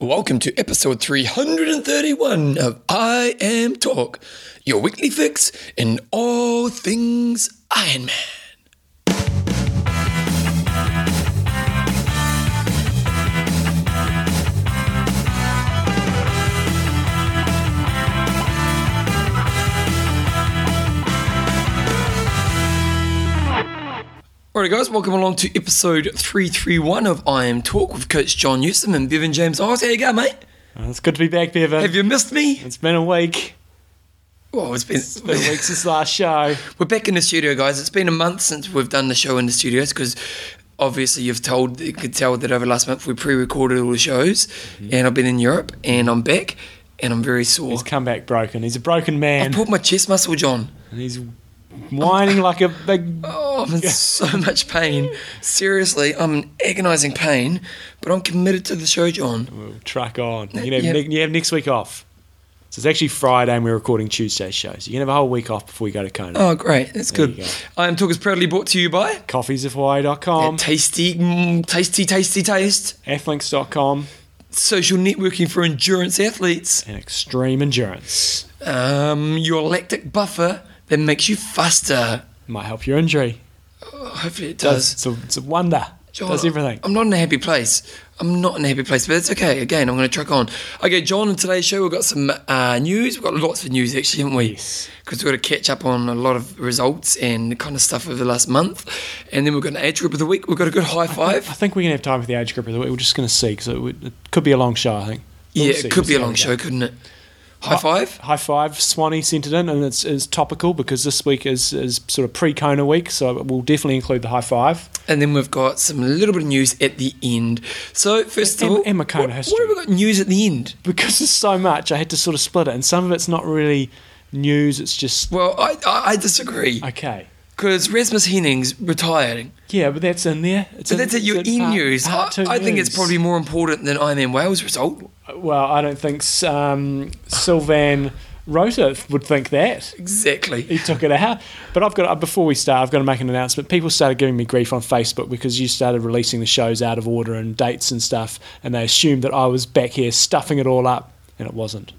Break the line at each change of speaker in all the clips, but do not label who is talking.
Welcome to episode 331 of I Am Talk, your weekly fix in all things Iron Man. Alright guys, welcome along to episode 331 of I Am Talk with Coach John Newsom and Bevan James Oz. How you going, mate?
Uh, It's good to be back, Bevan.
Have you missed me?
It's been a week.
Well, it's been,
It's been a week since last show.
We're back in the studio, guys. It's been a month since we've done the show in the studios because obviously you've told you could tell that over last month we pre-recorded all the shows,
Mm-hmm.
and I've been in Europe and I'm back and I'm very sore.
He's come back broken. He's a broken
I
man.
pulled my chest muscle, John.
And he's whining like a big.
Oh, I'm in so much pain. Seriously, I'm in agonising pain, but I'm committed to the show, John.
Well, truck on. You know,
Yeah.
ne- you have next week off. So it's actually Friday, and we're recording Tuesday's show. So you can have a whole week off before you go to Kona.
Oh, great, that's
There
good.
you go.
I am talk is proudly brought to you by
Coffeesofhawaii.com,
tasty, mm, tasty, tasty taste.
athlinks.com,
Social networking for endurance athletes.
and Extreme Endurance.
Um, your lactic buffer that makes you faster.
Might help your injury.
Oh, hopefully it
Does.
does. Oh,
It's a, it's a wonder.
John,
Does everything.
I'm not in a happy place. I'm not in a happy place, but it's okay. Again, I'm going to truck on. Okay, John, in today's show, we've got some uh, news. We've got lots of news, actually, haven't we?
Yes.
Because we've got to catch up on a lot of results and the kind of stuff over the last month. And then we've got an age group of the week. We've got a good high five.
I think we're going to have time for the age group of the week. We're just going to see because it, would- it could be a long show, I think. We'll
yeah,
see.
it could
We'll
be
see
a
how
long
we go.
show, couldn't it? High five?
High five, Swanee sent it in, and it's, it's topical because this week is, is sort of pre Kona week, so we'll definitely include the high five.
And then we've got some little bit of news at the end. So, first of
And-
all,
and my Kona
what,
history.
what have we got news at the end?
Because there's so much, I had to sort of split it, and some of it's not really news, it's just
Well, I, I, I disagree
okay.
because Rasmus Henning's retiring.
Yeah, but that's in there. It's
So
in,
that's at your
it's
e
part-
news. I,
part two
I think it's
news. Uh,
probably more important than Ironman Wales result.
Well, I don't think um, Sylvan Rota would think that.
Exactly.
He took it out. But I've got uh, before we start, I've got to make an announcement. People started giving me grief on Facebook because you started releasing the shows out of order and dates and stuff, and they assumed that I was back here stuffing it all up, and it wasn't.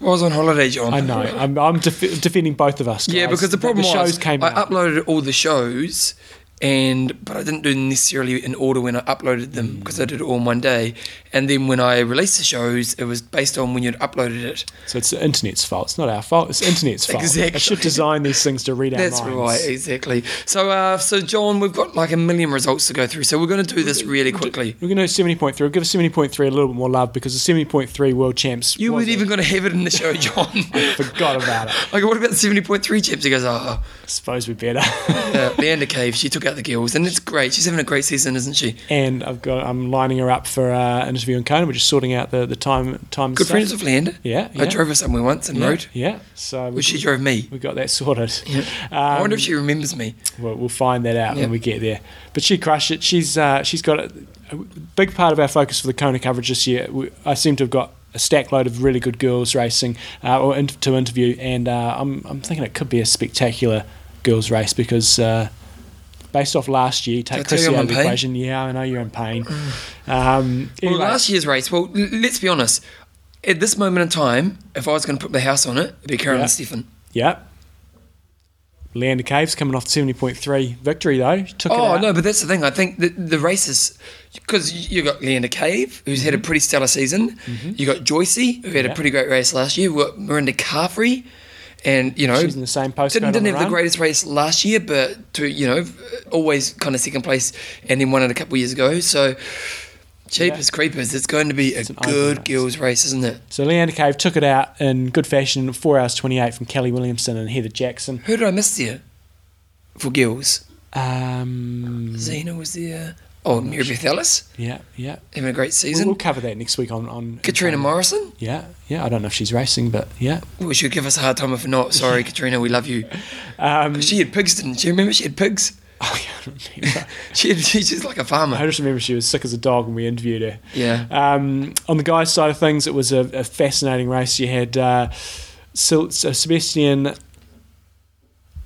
I was on holiday, John.
I know. I'm, I'm def- defending both of us.
Yeah,
guys.
because the problem
the shows
was
came
I
out.
uploaded all the shows, and but I didn't do them necessarily in order when I uploaded them
Mm.
because I did it all in one day. And then when I released the shows, it was based on when you'd uploaded it.
so it's the internet's fault. It's not our fault. It's the internet's fault.
Exactly.
I should design these things to read our
That's
minds.
right, exactly. So, uh, so John, we've got like a million results to go through, so we're going to do this really quickly.
We're going to do 70.3. We'll give 70.3 a little bit more love because the 70.3 world champs.
You
was
weren't even going to have it in the show, John.
Forgot about it.
like, what about the 70.3 chips? He goes, oh,
I suppose we better.
uh, Leander Cave, she took out the girls, and it's great. She's having a great season, isn't she?
and I've got I'm lining her up for uh, an interview in Kona. We're just sorting out the the time time. and
Good
stuff.
friends with Leander.
Yeah,
I
yeah.
drove her somewhere once and
Yeah,
rode.
Yeah, so we,
Well, she drove me.
we got that sorted.
I
Um,
wonder if she remembers me.
we'll, we'll find that out
Yeah.
when we get there. But she crushed it. She's uh, she's got a, a big part of our focus for the Kona coverage this year. We, I seem to have got a stack load of really good girls racing uh, or in, to interview, and uh, I'm I'm thinking it could be a spectacular girls race because. Uh, Based off last year,
I
take
tell
Chrissy
you I'm
out of
in
the
pain? Mm.
equation. Yeah, I know you're in pain. Um,
Well,
anyway.
last year's race, well, l- let's be honest. At this moment in time, if I was going to put the house on it, it'd be Carolyn
Yeah.
Stephen.
Yep. Leander Caves coming off the 70.3 victory, though. Took it
Oh,
out.
no, but that's the thing. I think the, the races, because you got Leander Cave, who's had a pretty stellar season. You got Joycey, who had a
Mm-hmm. Yeah.
pretty great race last year. We've got Miranda Carfrey, and, you know,
She's in the same postcode
didn't,
on
didn't
the
have the
run.
greatest race last year, but to, you know, always kind of second place and then won it a couple of years ago. So, cheap
Yeah.
as creepers. It's going to be a
an open
good
race.
girls' race, isn't it?
So Leander Cave took it out in good fashion, 4 hours 28 from Kelly Williamson and Heather Jackson.
Who did I miss there for girls?
Um,
Zena was there. Oh, Mary Beth Ellis,
yeah, yeah.
having a great
We'll,
season.
we'll cover that next week on. on
Katrina Morrison.
Yeah, yeah. I don't know if she's racing, but yeah.
Well, she'll give us a hard time if not. Sorry, Katrina, we love you.
Um,
She had pigs, didn't she? Remember she had pigs?
oh, yeah, I don't remember.
She had, she's just like a
I
farmer.
just remember she was sick as a dog when we interviewed her.
Yeah.
Um, on the guys' side of things, it was a, a fascinating race. You had uh, Sil- so Sebastian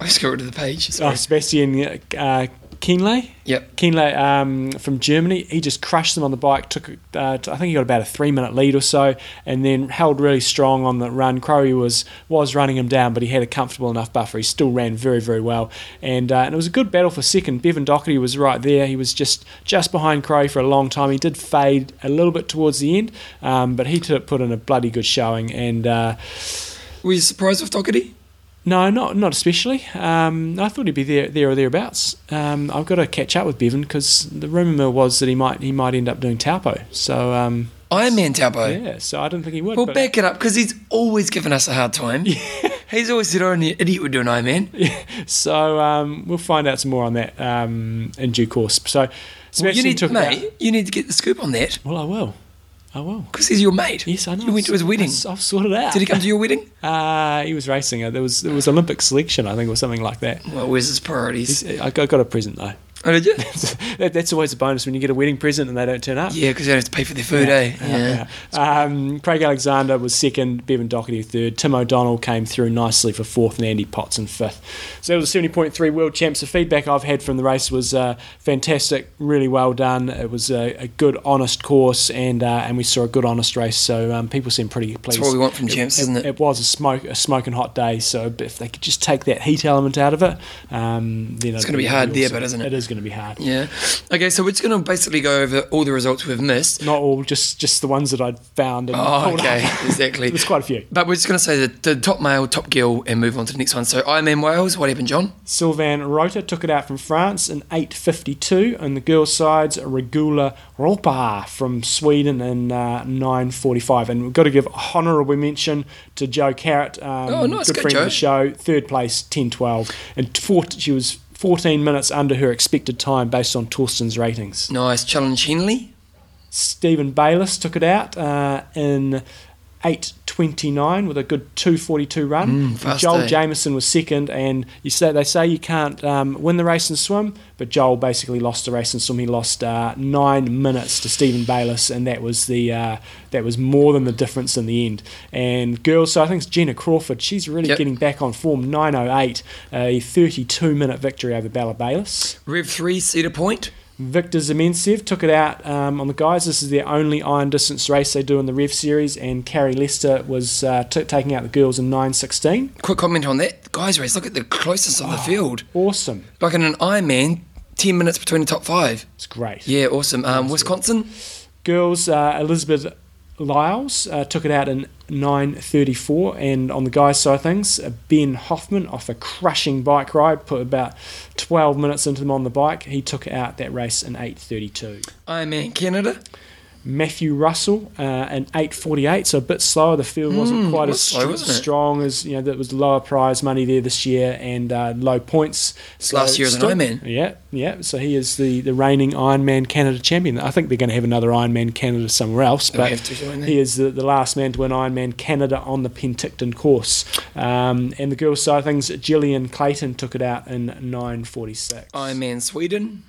I just got rid of the page.
Oh,
Sorry.
Sebastian uh, Keenley.
Yep.
Keenley um, from Germany, he just crushed them on the bike. Took, uh, t- I think he got about a three-minute lead or so, and then held really strong on the run. Crowe was was running him down, but he had a comfortable enough buffer. He still ran very, very well, and uh, and it was a good battle for second. Bevan Doherty was right there. He was just just behind Crowe for a long time. He did fade a little bit towards the end, um, but he took, put in a bloody good showing, and. Uh,
Were you surprised with Doherty?
no, not not especially. Um, I thought he'd be there there or thereabouts. Um, I've got to catch up with Bevan because the rumor mill was that he might he might end up doing Taupo. So um,
Iron Man Taupo.
yeah, so I didn't think he would.
Well,
but-
back it up because he's always given us a hard time. He's always said, "Oh, an idiot would do an Iron Man."
so um, we'll find out some more on that um, in due course. So
Well,
Sebastian
you need,
took
mate,
out-
you need to get the scoop on that
Well, I will. I will.
because he's your mate.
Yes, I know.
You went to his wedding.
I've, I've sorted it out.
Did he come to your wedding?
Uh, he was racing. Uh, There was there was Olympic selection, I think, or something like that.
Well, where's his priorities?
He's- I got, I got a present though.
Oh, did you?
that, that's always a bonus when you get a wedding present and they don't turn up.
Yeah, because you don't have to pay for their food, eh? Yeah.
Um, Craig Alexander was second, Bevan Doherty third, Tim O'Donnell came through nicely for fourth, and Andy Potts in fifth. So that was a 70.3 World Champs. The feedback I've had from the race was uh, fantastic, really well done. It was a, a good, honest course, and uh, and we saw a good, honest race. So um, people seemed pretty pleased.
That's what we want from champs, isn't
It,
it?
it was a smoke, a smoking hot day. So if they could just take that heat element out of it, um, then it's
gonna be hard there, but isn't it?
It is going to be hard.
Yeah. Okay, so we're just going to basically go over all the results we've missed.
Not all, just just the ones that I'd found. And
Oh,
pulled up.
okay, exactly.
There's quite a few.
But we're just going to say the, the top male, top girl, and move on to the next one. So Iron Man Wales, what happened, John?
Sylvain Rota took it out from France in 8.52, and the girls' sides, Regula Rolpa from Sweden in uh, 9.45. And we've got to give honourable mention to Joe Carrot, um,
Oh, nice. Good,
good friend of
Joe.
the show, third place, 10.12. And four, she was 14 minutes under her expected time based on Torsten's ratings.
Nice. Challenge Henley.
Stephen Bayliss took it out uh, in 8.29 with a good 2.42 run. And
Mm, fast eh?
Joel
day.
Jameson was second, and you say they say you can't um, win the race and swim, but Joel basically lost the race and swim. He lost uh, nine minutes to Stephen Bayliss, and that was the uh, that was more than the difference in the end. And girls, so I think it's Gina Crawford. She's really
Yep.
getting back on form. 9.08, a 32-minute victory over Bella Bayliss.
Rev 3, Cedar Point.
Victor Zemensev took it out um, on the guys. This is their only iron distance race they do in the Rev Series, and Carrie Lester was uh, t- taking out the girls in 9.16.
Quick comment on that. Guys race, look at the closest on the field.
Awesome.
Like in an Iron Man, 10 minutes between the top five.
It's great.
Yeah, awesome. Um, Wisconsin,
Girls, uh, Elizabeth Lyles uh, took it out in 9.34, and on the guys' side of things, uh, Ben Hoffman, off a crushing bike ride, put about 12 minutes into them on the bike. He took out that race in 8.32.
Iron Man Canada.
Matthew Russell uh, an 848, so a bit slower. The field wasn't
Mm,
quite
was
as
slow,
str-
wasn't it?
strong as you know. That was lower prize money there this year and uh, low points. So
last year as an
still-
Ironman.
Yeah, yeah. So he is the the reigning Ironman Canada champion. I think they're going to have another Ironman Canada somewhere else,
They'll
but
have to, won't they?
he is the, the last man to win Ironman Canada on the Penticton course. Um, and the girls' side of things, Gillian Clayton took it out in 946
Iron Man Sweden.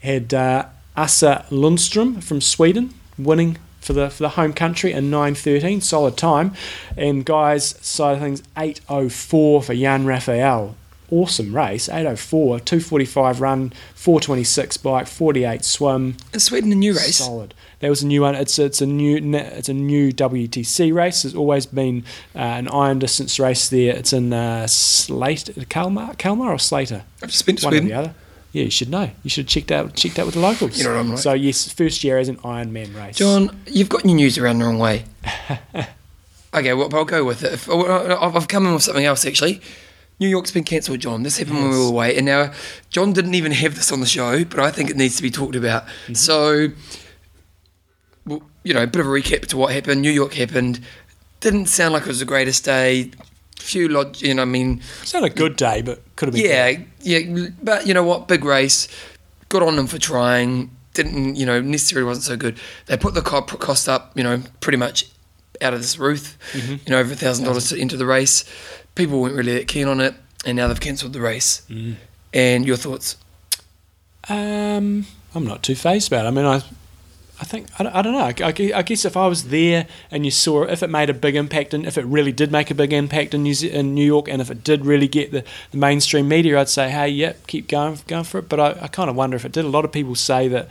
had uh, Asa Lundström from Sweden winning for the for the home country in 9.13, solid time. And guys, side of things, 8.04 for Jan Raphael. Awesome race, 8.04, 2.45 run, 4.26 bike, 48 swim.
Is Sweden a new race?
Solid. That was a new one. It's it's a new it's a new WTC race. There's always been uh, an iron distance race there. It's in uh, Slater, Kalmar, Kalmar or Slater
I've just been to
one or the
Sweden.
other. Yeah, you should know. You should have checked out checked out with the locals.
You know what I'm like.
So yes, first year as an Ironman race.
John, you've got your news around the wrong way. okay, well, I'll go with it. If- oh, I've I've come in with something else, actually. New York's been cancelled, John. This happened when we
Yes.
were away. And now, John didn't even have this on the show, but I think it needs to be talked about. So, well, you know, a bit of a recap to what happened. New York happened. Didn't sound like it was the greatest day. Few log, you know, I mean,
It's not a good day, but could have been.
yeah, yeah. But you know what? Big race. Good on them for trying. Didn't you know? Necessarily wasn't so good. They put the co- cost up. You know, pretty much out of this roof. You know, over a thousand dollars to enter the race. People weren't really that keen on it, and now they've cancelled the race. And your thoughts?
Um, I'm not too phased about. it. I mean, I I think I, don't- I don't know. I, gu- I guess if I was there and you saw if it made a big impact and if it really did make a big impact in New, Ze- in New York and if it did really get the, the mainstream media, I'd say, hey, yep, keep going, going for it. But I, I kind of wonder if it did. A lot of people say that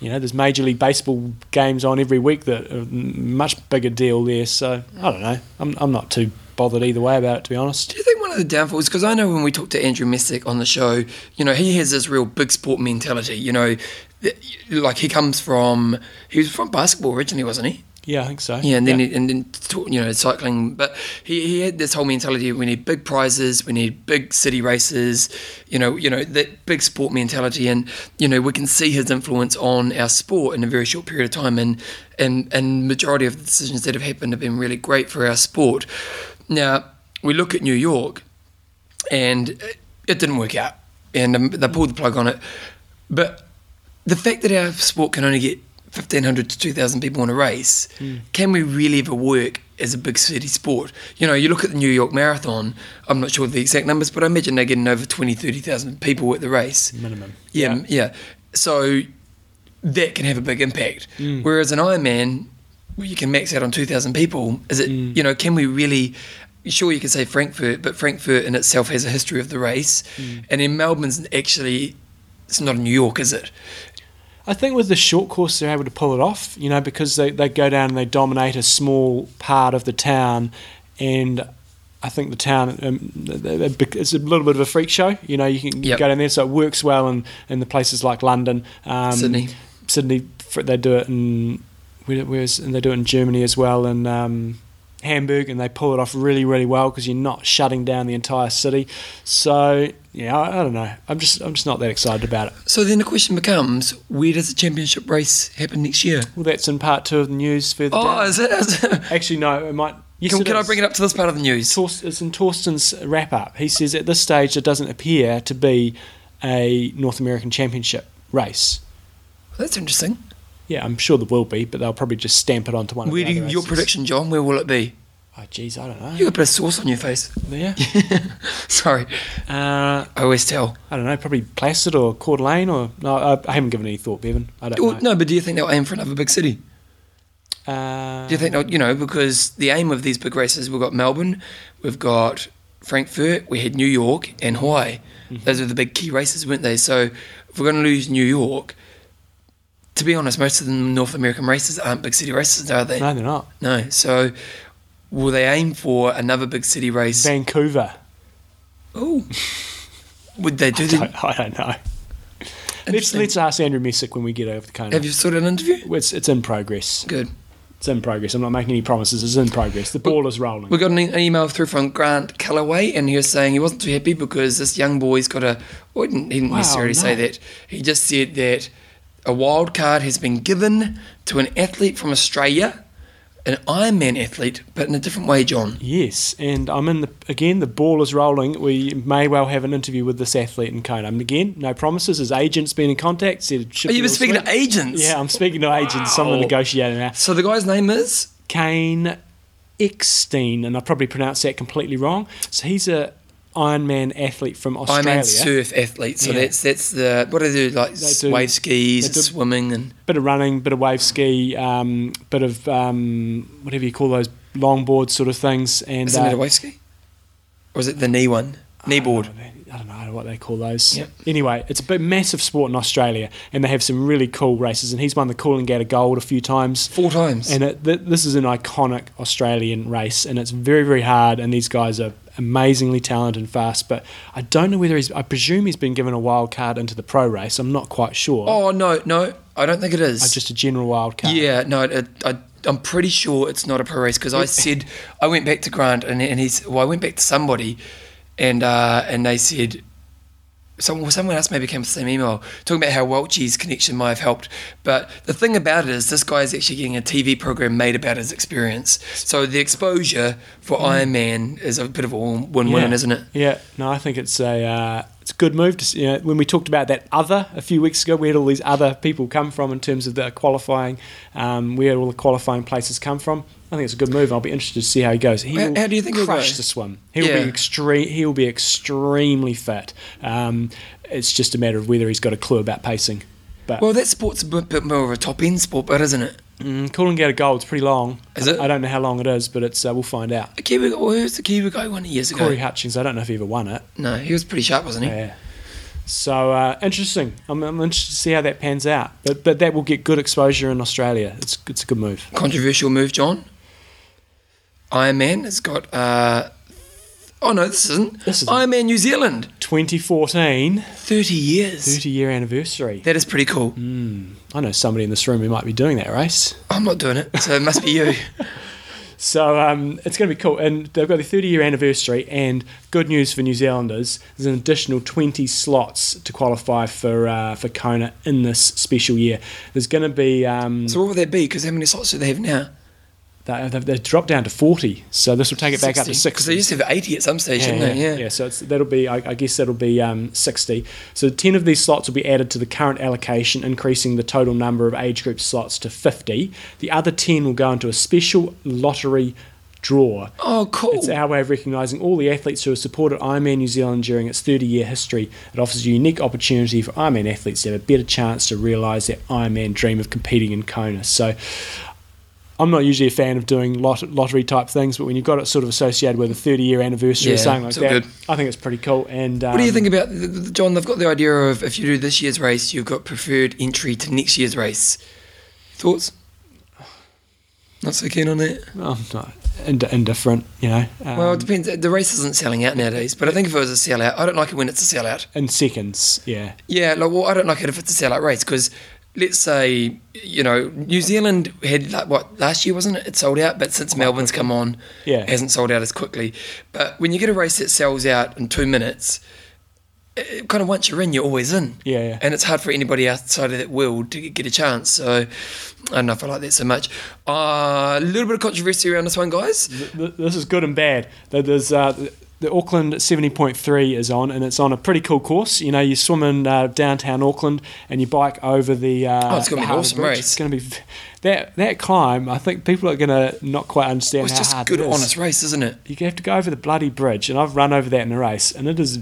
you know there's Major League Baseball games on every week that are m- much bigger deal there. So I don't know. I'm I'm not too bothered either way about it to be honest.
Do you think one of the downfalls? Because I know when we talked to Andrew Messick on the show, you know, he has this real big sport mentality. You know, that- like he comes from he was from basketball originally, wasn't he?
Yeah, I think so.
Yeah, and then He, and then t- you know cycling, but he, he had this whole mentality: we need big prizes, we need big city races, you know, you know that big sport mentality, and you know we can see his influence on our sport in a very short period of time, and and and majority of the decisions that have happened have been really great for our sport. Now we look at New York, and it, it didn't work out, and um, they pulled the plug on it, but the fact that our sport can only get 1500 to 2000 people in a race can we really ever work as a big city sport you know you look at the new york marathon i'm not sure the exact numbers but i imagine they're getting over 20 30000 people at the race
minimum.
yeah yeah, so that can have a big impact whereas an ironman where you can max out on 2000 people is it you know can we really sure you can say frankfurt but frankfurt in itself has a history of the race and then melbourne's actually it's not in new york is it
I think with the short course, they're able to pull it off, you know, because they, they go down and they dominate a small part of the town. And I think the town, um, it's a little bit of a freak show. You know, you can
Yep.
go down there. So it works well in, in the places like London, um,
Sydney.
Sydney, fr- they do it in, where, where's, and they do it in Germany as well. And, um, Hamburg and they pull it off really, really well because you're not shutting down the entire city. So yeah, I, I don't know. I'm just I'm just not that excited about it.
So then the question becomes, where does the championship race happen next year?
Well, that's in part two of the news further
Oh,
down.
is it? Is it
Actually, no, it might. Yes,
can, can I bring it up to this part of the news?
Torst, it's in Torsten's wrap up. He says at this stage there doesn't appear to be a North American Championship race.
That's interesting.
Yeah, I'm sure there will be, but they'll probably just stamp it onto one.
Where
of
do
the
you,
other
your
races.
prediction, John? Where will it be?
Oh, geez, I don't know.
You got a bit of sauce on your face.
Yeah,
Sorry,
uh,
I always tell.
I don't know. Probably Placid or Court Lane or no. I, I haven't given any thought, Bevan. I don't
Well,
know.
Oh, no, but do you think they'll aim for another big city?
Uh,
Do you think they'll, you know, because the aim of these big races, we've got Melbourne, we've got Frankfurt, we had New York and Hawaii.
Mm-hmm.
Those were the big key races, weren't they? So if we're going to lose New York, to be honest, most of the North American races aren't big city races, are they?
no, they're not.
No. So will they aim for another big city race?
Vancouver.
Oh. Would they do that?
I, I don't know. Let's,
Interesting.
let's ask Andrew Messick when we get over the Kona.
Have you sorted an interview?
It's it's in progress.
Good.
It's in progress. I'm not making any promises. It's in progress. The ball is rolling.
We got an e- an email through from Grant Calloway, and he was saying he wasn't too happy because this young boy's got a. Well, he didn't, he didn't
Wow,
necessarily say
no.
that. He just said that a wild card has been given to an athlete from Australia, an Ironman athlete, but in a different way, John.
Yes, and I'm in the again. The ball is rolling. We may well have an interview with this athlete in Kona. And again, no promises. His agent's been in contact. Said it should
Oh, you've
be
been
all
speaking to
sweet.
agents.
Yeah, I'm speaking to agents. So I'm the
Wow.
negotiator now.
So the guy's name is.
Kane Eckstein, and I probably pronounced that completely wrong. So he's a Ironman athlete from Australia.
Ironman surf athlete. So
Yeah.
that's that's the what do they do like
They do-
wave skis,
they
and
do-
swimming, and
bit of running, bit of wave ski, um, bit of um, whatever you call those longboard sort of things. And
isn't
uh,
it a wave ski, or is it the knee one, knee board?
I don't know what they call those.
Yep.
Anyway, it's a big, massive sport in Australia, and they have some really cool races. And he's won the Coolangatta Gold a few times.
Four times.
And it, th- this is an iconic Australian race, and it's very, very hard. And these guys are amazingly talented and fast. But I don't know whether he's. I presume he's been given a wild card into the pro race. I'm not quite sure.
oh no, no, I don't think it is.
Uh, just a general wild card.
Yeah, no, it, I, I'm pretty sure it's not a pro race because I said I went back to Grant and, and he's well, I went back to somebody, and uh, and they said. Someone, someone else maybe came to the same email talking about how Welchie's connection might have helped. But the thing about it is, this guy is actually getting a TV program made about his experience. So the exposure for Iron Man is a bit of a win win,
Hmm. Yeah.
isn't it?
Yeah, no, I think it's a uh, it's a good move. To, s- you know, when we talked about that other a few weeks ago, where did all these other people come from in terms of the qualifying? Um, where all the qualifying places come from? I think it's a good move. I'll be interested to see how he goes. He
How-
will
how do you think he'll
crush
go?
the swim? He'll
Yeah.
be extreme. He'll be extremely fit. Um, it's just a matter of whether he's got a clue about pacing. But
Well, that sport's a bit, bit more of a top end sport, but isn't it?
mm, calling out a goal, it's pretty long.
Is it?
I don't know how long it is, but it's uh, we'll find out.
A Kiwi, oh, who's the Kiwi guy one years ago?
Corey Hutchings, I don't know if he ever won it.
No, he was pretty sharp, wasn't he?
Yeah. So uh, interesting. I'm, I'm interested to see how that pans out. But but that will get good exposure in Australia. It's it's a good move.
Controversial move, John. Iron Man has got. Uh, oh no, this isn't.
This isn't.
Iron Man New Zealand,
2014,
thirty years.
30 year anniversary.
That is pretty cool.
Mm. I know somebody in this room who might be doing that race.
I'm not doing it, so it must be you.
So um, it's going to be cool. And they've got their 30 year anniversary. And good news for New Zealanders there's an additional 20 slots to qualify for uh, for Kona in this special year. There's going to be. Um,
so what would that be? Because how many slots do they have now?
they- they've, they've dropped down to 40. So this will take it back up to
60. 'Cause
60.
they used to have eighty at some stage, didn't they? Yeah.
So it's, that'll be, I, I guess that'll be um, 60. So 10 of these slots will be added to the current allocation, increasing the total number of age group slots to 50. The other 10 will go into a special lottery draw.
Oh, cool.
It's our way of recognising all the athletes who have supported Ironman New Zealand during its 30 year history. It offers a unique opportunity for Ironman athletes to have a better chance to realise their Ironman dream of competing in Kona. So, I'm not usually a fan of doing lot- lottery type things, but when you've got it sort of associated with a 30 year anniversary or
Yeah,
something like
it's all
that,
good.
I think it's pretty cool. And um,
What do you think about th- th- John? They've got the idea of if you do this year's race, you've got preferred entry to next year's race. Thoughts? Not so keen on that.
Well, I'm not ind- indifferent, you know. Um,
well, it depends. The race isn't selling out nowadays, but I think if it was a sellout, I don't like it when it's a sellout.
in seconds, yeah.
Yeah, like, well, I don't like it if it's a sellout race because let's say you know New Zealand had like what last year wasn't it? It sold out, but since Melbourne's come on,
Yeah.
it hasn't sold out as quickly. But when you get a race that sells out in two minutes, it, it kind of once you're in, you're always in.
Yeah, yeah.
and it's hard for anybody outside of that world to get a chance. So I don't know if I like that so much. Uh, A little bit of controversy around this one, guys.
Th- th- this is good and bad. Th- There's uh, th- the Auckland 70.3 is on, and it's on a pretty cool course. You know, you swim in uh, downtown Auckland and you bike over the. Uh,
Oh, it's gonna
the
be an
Harbour
awesome
Bridge.
race.
It's going to be v- that that climb. I think people are going to not quite understand
It's
how
just
hard
good,
it is.
honest race, isn't it?
You have to go over the bloody bridge, and I've run over that in a race, and it is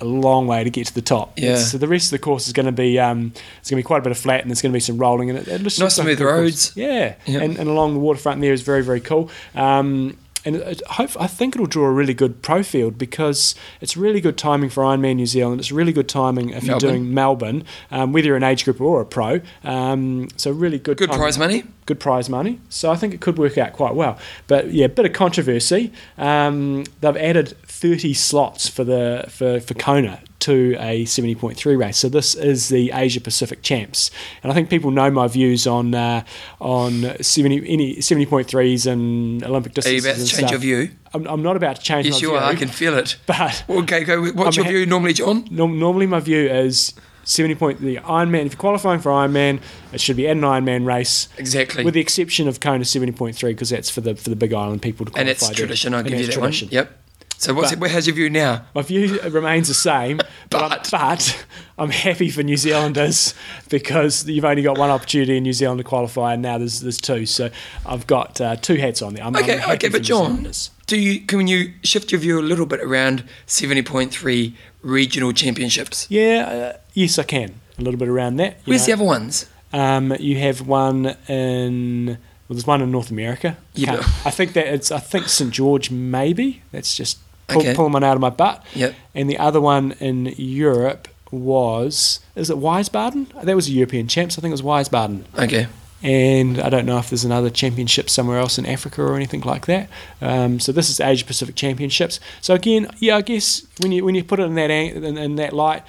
a long way to get to the top.
Yeah.
So the rest of the course is going to be um, it's going to be quite a bit of flat, and there's going to be some rolling, and it, it looks
Nice
looks like a
smooth
good course.
roads.
Yeah.
Yeah.
And, and along the waterfront there is very very cool. Um, and it, it- hope, I think it'll draw a really good pro field because it's really good timing for Ironman New Zealand. It's really good timing if
Melbourne.
you're doing Melbourne, um, whether you're an age group or a pro. Um, so really good.
Good
timing
prize money.
good prize money. So I think it could work out quite well. But yeah, bit of controversy. Um, they've added 30 slots for the for, for Kona to a 70.3 race. So this is the Asia Pacific champs, and I think people know my views on uh, on 70 any 70.3s and Olympic
Are you
distances.
about to
and
change your
stuff.
view?
I'm, I'm not about to change my
Yes, you
view.
are. I can feel it.
But
Okay, go. with- What's
I'm
your
ha-
view normally, John?
Norm- normally my view is 70 point the Ironman. If you're qualifying for Ironman, it should be at an Ironman race.
Exactly.
With the exception of Kona 70.3 because that's for the for the Big Island people to qualify.
and it's
there.
tradition. I'll
And
give you
that's
that one.
tradition.
Yep. So what's
But-
it, how's your view now?
My view remains the same, but,
But-
I'm, but I'm happy for New Zealanders because you've only got one opportunity in New Zealand to qualify, and now there's there's two. So I've got uh, two hats on there. I'm,
Okay,
I'm happy
okay,
for
but
New
John,
Zealanders.
do you can you shift your view a little bit around seventy point three regional championships?
Yeah, uh, yes, I can a little bit around that. you
Where's
know.
the other ones?
Um, you have one in well, there's one in North America.
You
Can't-
do.
I think that it's I think St George maybe. That's just pull,
Okay.
pulling one out of my butt.
Yep.
And the other one in Europe was is it Wiesbaden? That was a European champs. I think it was Wiesbaden.
Okay.
And I don't know if there's another championship somewhere else in Africa or anything like that. Um, so this is Asia Pacific Championships. So again, yeah, I guess when you when you put it in that ang- in, in that light,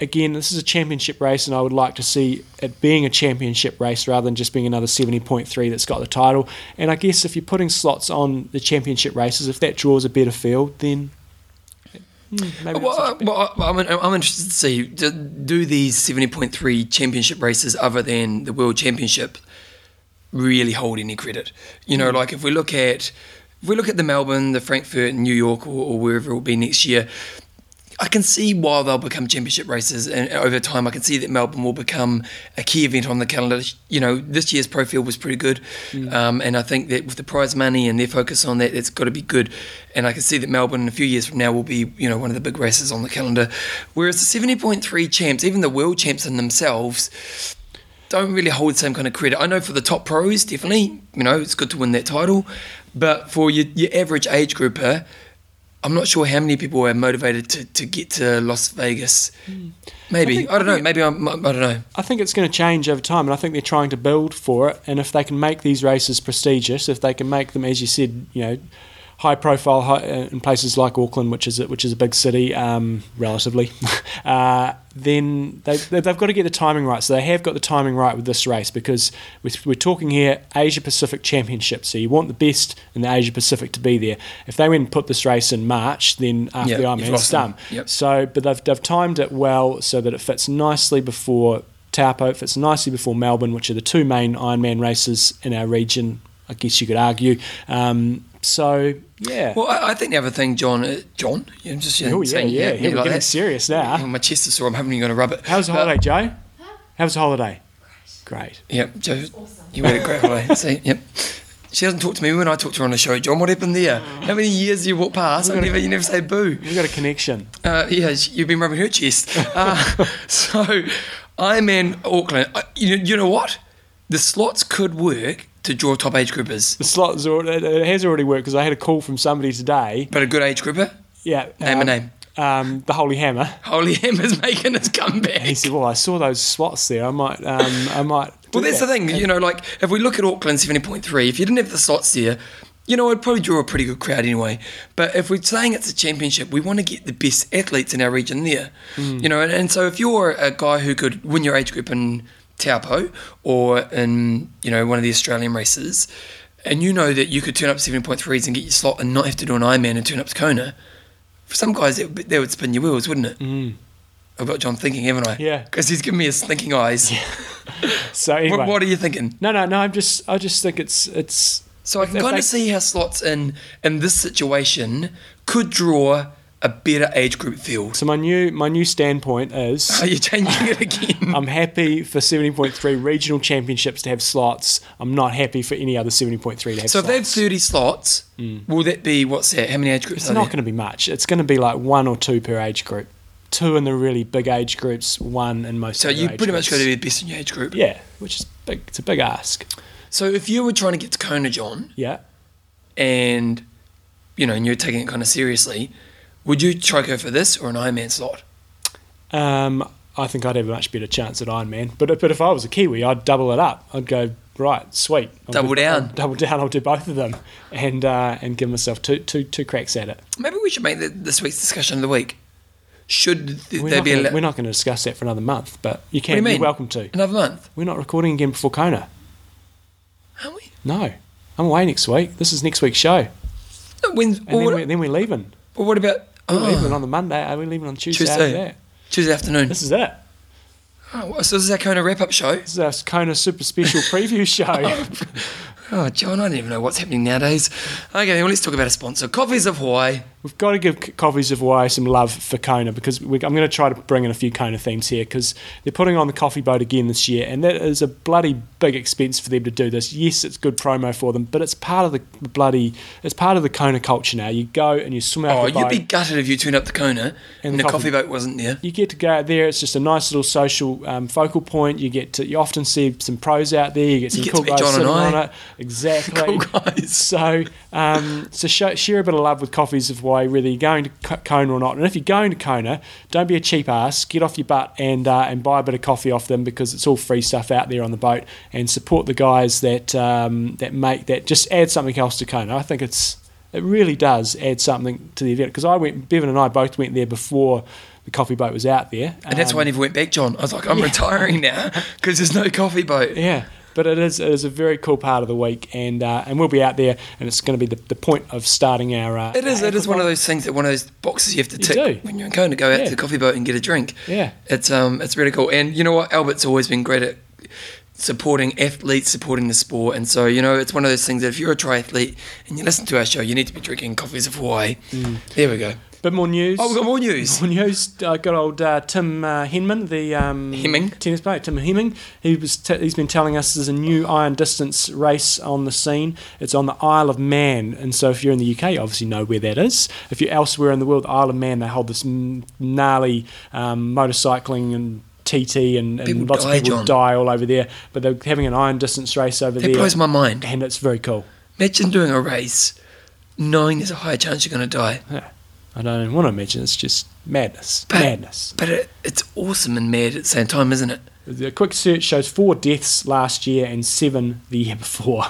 again, this is a championship race, and I would like to see it being a championship race rather than just being another seventy point three that's got the title. And I guess if you're putting slots on the championship races, if that draws a better field, then hmm, maybe not
Well, uh,
such a
I-
bad-
well, I- I'm, I'm interested to see do, do these seventy point three championship races other than the world championship really hold any credit? You
Hmm.
know, like if we look at if we look at the Melbourne, the Frankfurt, and New York, or, or wherever it will be next year, I can see why they'll become championship races, and over time, I can see that Melbourne will become a key event on the calendar. You know, this year's pro field was pretty good, um, and I think that with the prize money and their focus on that, it's got to be good. And I can see that Melbourne, in a few years from now, will be you know one of the big races on the calendar. Whereas the seventy point three champs, even the world champs in themselves, don't really hold the same kind of credit. I know for the top pros, definitely, you know, it's good to win that title, but for your, your average age grouper, I'm not sure how many people are motivated to, to get to Las Vegas. Maybe I,
think-
don't
Hmm. I
know.
think-
Maybe I'm, I don't know.
I think it's going to change over time, and I think they're trying to build for it. And if they can make these races prestigious, if they can make them, as you said, you know, high profile high, uh, in places like Auckland, which is a, which is a big city, um, relatively, uh, then they, they- they've got to get the timing right. So they have got the timing right with this race because we're, we're talking here Asia Pacific Championship. So you want the best in the Asia Pacific to be there. If they went and put this race in March, then after
Yeah,
the
you've
Ironman, it's
lost them.
done.
Yep.
So, but they've, they've timed it well so that it fits nicely before Taupo, it fits nicely before Melbourne, which are the two main Ironman races in our region. I guess you could argue. Um, so, yeah.
Well, I, I think the other thing, John, uh, John, yeah, I'm just yeah,
oh, yeah,
saying,
yeah. Here we're
like
getting
that.
serious now.
Oh, my chest is sore. I'm hoping you're going to rub it.
How's the
But-
holiday, Joe? How was the holiday? Great.
Yep, Joe, you had a great holiday. See, yep. She doesn't talk to me when I talk to her on the show. John, what happened there?
Oh.
How many years you walk past? I never, you never say boo.
We got a connection.
Uh, yeah, she- you've been rubbing her chest. Uh, so I'm in Auckland. Uh, you, you know what? The slots could work to draw top age groupers,
The slot is al- it it has already worked because I had a call from somebody today.
but a good age grouper.
Yeah.
Name a
um,
name.
Um, the Holy Hammer.
Holy Hammer's making his
He
comeback.
said, "Well, I saw those slots there. I might, um, I might."
Well,
do
that's the
that."
thing. You know, like if we look at Auckland 70.3, if you didn't have the slots there, you know, it'd probably draw a pretty good crowd anyway. But if we're saying it's a championship, we want to get the best athletes in our region there.
Hmm.
You know, and, and so if you're a guy who could win your age group in Taupo or in, you know, one of the Australian races, and you know that you could turn up 7.3s and get your slot and not have to do an Ironman and turn up to Kona, for some guys, that, would- that would spin your wheels, wouldn't it? Mm. I've got John thinking, haven't I?
Hmm. Yeah.
Because he's giving me his thinking eyes.
So anyway,
What, what are you thinking?
No, no, no. I'm just, I just think it's, it's.
So I can
if
kind
they-
of see how slots in in this situation could draw a better age group field.
So my new, my new standpoint is,
Are you changing it again?
I'm happy for 70.3 regional championships to have slots. I'm not happy for any other 70.3 to have
so if
slots.
they have 30 slots, will that be what's that? How many age groups
Hmm. it's
are
not
there?
going to be much. It's going to be like one or two per age group, two in the really big age groups, one in most.
So
other
you
age
pretty much got
groups.
to be the best in your age group.
Yeah, which is big. It's a big ask.
So if you were trying to get to Kona, John,
Yeah.
and you know, and you're taking it kind of seriously, would you try go for this or an Ironman slot?
Um, I think I'd have a much better chance at Ironman. But but if I was a Kiwi, I'd double it up. I'd go right, sweet, I'll
Double
do-
down.
I'll double down. I'll do both of them, and uh, and give myself two two two cracks at it.
Maybe we should make the, this week's discussion of the week. Should th-
We're
they
not,
be
gonna,
allo-
we're not going to discuss that for another month, but you
What do
can.
you mean?
are welcome to.
another month?
We're not recording again before Kona.
Are we?
No, I'm away next week. This is next week's show,
No, when's,
and
well,
then,
what,
we're, then we're leaving.
well, what about
We're
oh.
leaving on the Monday. Are we leaving on Tuesday? after
Tuesday.
that?
Tuesday afternoon.
This is it.
Oh, well, so this is our Kona wrap-up show.
This is our Kona super special preview show.
Oh, John, I don't even know what's happening nowadays. Okay, well, let's talk about a sponsor. Coffees of Hawaii.
We've got to give C- Coffees of Hawaii some love for Kona because we, I'm going to try to bring in a few Kona themes here because they're putting on the coffee boat again this year, and that is a bloody big expense for them to do this. Yes, it's good promo for them, but it's part of the bloody it's part of the Kona culture now. You go and you swim out
Oh,
the boat.
you'd be gutted if you turned up to Kona and, the coffee boat wasn't there.
you get to go out there. It's just a nice little social um, focal point. You get to you often see some pros out there. You get some
get
cool
to meet
guys
John and
sitting
I.
on it. Exactly.
Cool guys.
So, um, so show, share a bit of love with Coffees of Hawaii, whether you're going to Co- Kona or not. And if you're going to Kona, don't be a cheap ass. Get off your butt and uh, and buy a bit of coffee off them because it's all free stuff out there on the boat. And support the guys that um, that make that just add something else to Kona. I think it's it really does add something to the event because I went. Bevan and I both went there before the coffee boat was out there.
And that's
Um,
why I never went back, John. I was like, I'm retiring now because there's no coffee boat.
Yeah, but it is it is a very cool part of the week, and uh, and we'll be out there, and it's going to be the, the point of starting our. Uh,
It is.
our
It is one of
Aquathlon.
those things that one of those boxes you have to tick
do.
when you're in Kona. Go out
Yeah.
to the coffee boat and get a drink.
Yeah.
it's um, it's really cool. And you know what? Albert's always been great at supporting athletes, supporting the sport. And so you know, it's one of those things that if you're a triathlete and you listen to our show, you need to be drinking coffees of Hawaii.
Mm.
There we go.
Bit more news.
Oh, we've got more news.
More news. I got old uh, Tim uh, Henman, the um,
Hemming.
tennis player. Tim Hemming. He was t- he's been telling us there's a new iron distance race on the scene. It's on the Isle of Man, and so if you're in the UK, you obviously know where that is. If you're elsewhere in the world, Isle of Man, they hold this m- gnarly um, motorcycling and TT and,
People
and lots
die,
of people
John.
die all over there. But they're having an iron distance race over
That
there,
blows my mind.
and it's very cool.
Imagine doing a race knowing there's a higher chance you're going to die.
I don't even want to imagine. It's just madness,
But-
madness.
But it, it's awesome and mad at the same time, isn't it?
The quick search shows four deaths last year and seven the year before.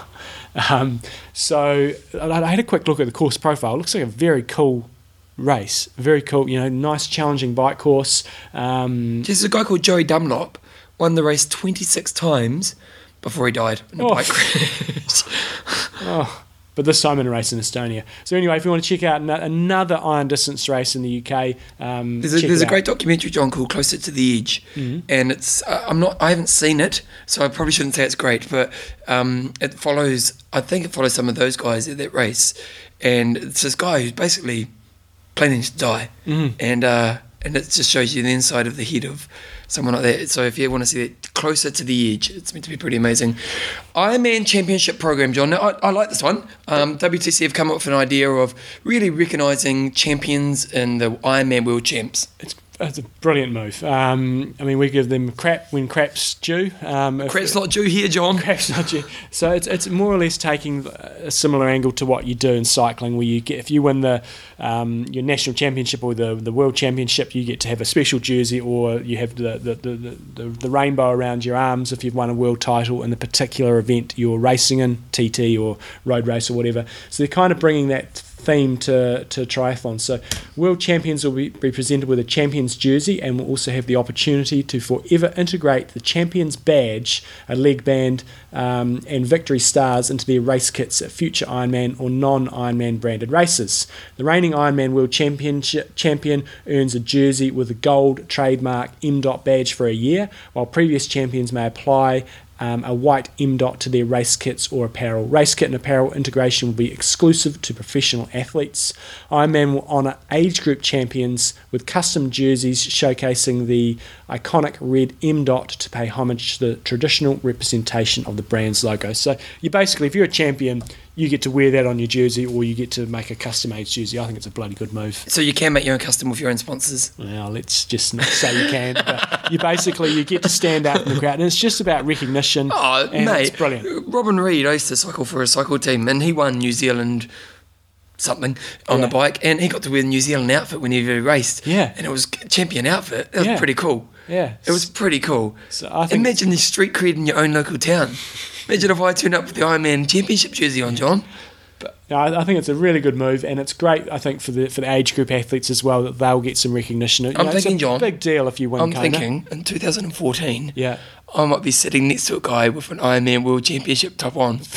Um, so I I had a quick look at the course profile. It looks like a very cool race. Very cool, you know, nice challenging bike course. Um,
There's a guy called Joey Dunlop won the race 26 times before he died in a
Oh.
bike crash.
oh, but this time in a race in Estonia. So anyway, if you want to check out ano- another iron distance race in the UK, um,
there's a,
check
there's
it
a
out.
great documentary, John, called Closer to the Edge, and it's I- I'm not I haven't seen it, so I probably shouldn't say it's great, but um, it follows I think it follows some of those guys at that race, and it's this guy who's basically planning to die, and uh, and it just shows you the inside of the head of someone like that. So if you want to see that closer to the edge, it's meant to be pretty amazing. Ironman Championship program, John. Now, I, I like this one. Um, WTC have come up with an idea of really recognising champions in the Ironman World Champs.
It's, it's a brilliant move. Um, I mean, we give them crap when crap's due. Um, if-
Crap's not due here, John.
Perhaps not you. So it's it's more or less taking a similar angle to what you do in cycling, where you get if you win the um, your national championship or the the world championship, you get to have a special jersey, or you have the the, the, the, the, the rainbow around your arms if you've won a world title in the particular event you're racing in, TT or road race or whatever. So they're kind of bringing that theme to, to triathlon. So world champions will be, be presented with a champions jersey and will also have the opportunity to forever integrate the champions badge, a leg band, um, and victory stars into their race kits at future Ironman or non-Ironman branded races. The reigning Ironman world championship champion earns a jersey with a gold trademark M dot badge for a year, while previous champions may apply um, a white M dot to their race kits or apparel. Race kit and apparel integration will be exclusive to professional athletes. Ironman will honour age group champions with custom jerseys showcasing the iconic red M dot to pay homage to the traditional representation of the brand's logo. So you basically, if you're a champion, you get to wear that on your jersey or you get to make a custom age jersey. I think it's a bloody good move.
So you can make your own custom with your own sponsors.
Well, let's just not say you can, but you basically you get to stand out in the crowd, and it's just about recognition.
Oh,
and
mate.
it's brilliant.
Robin Reed, I used to cycle for a cycle team, and he won New Zealand something on
Yeah.
the bike, and he got to wear the New Zealand outfit whenever he raced.
Yeah.
And it was champion outfit. That was
Yeah.
pretty cool.
Yeah.
It was pretty cool.
So I think-
Imagine the street cred in your own local town. Imagine if I turned up with the Ironman Championship jersey on, John.
No, I, I think it's a really good move, and it's great. I think for the for the age group athletes as well that they'll get some recognition. You
I'm
know, it's
thinking,
a
John,
big deal if you win.
I'm
Kona.
thinking in 2014,
Yeah.
I might be sitting next to a guy with an Ironman World Championship top on.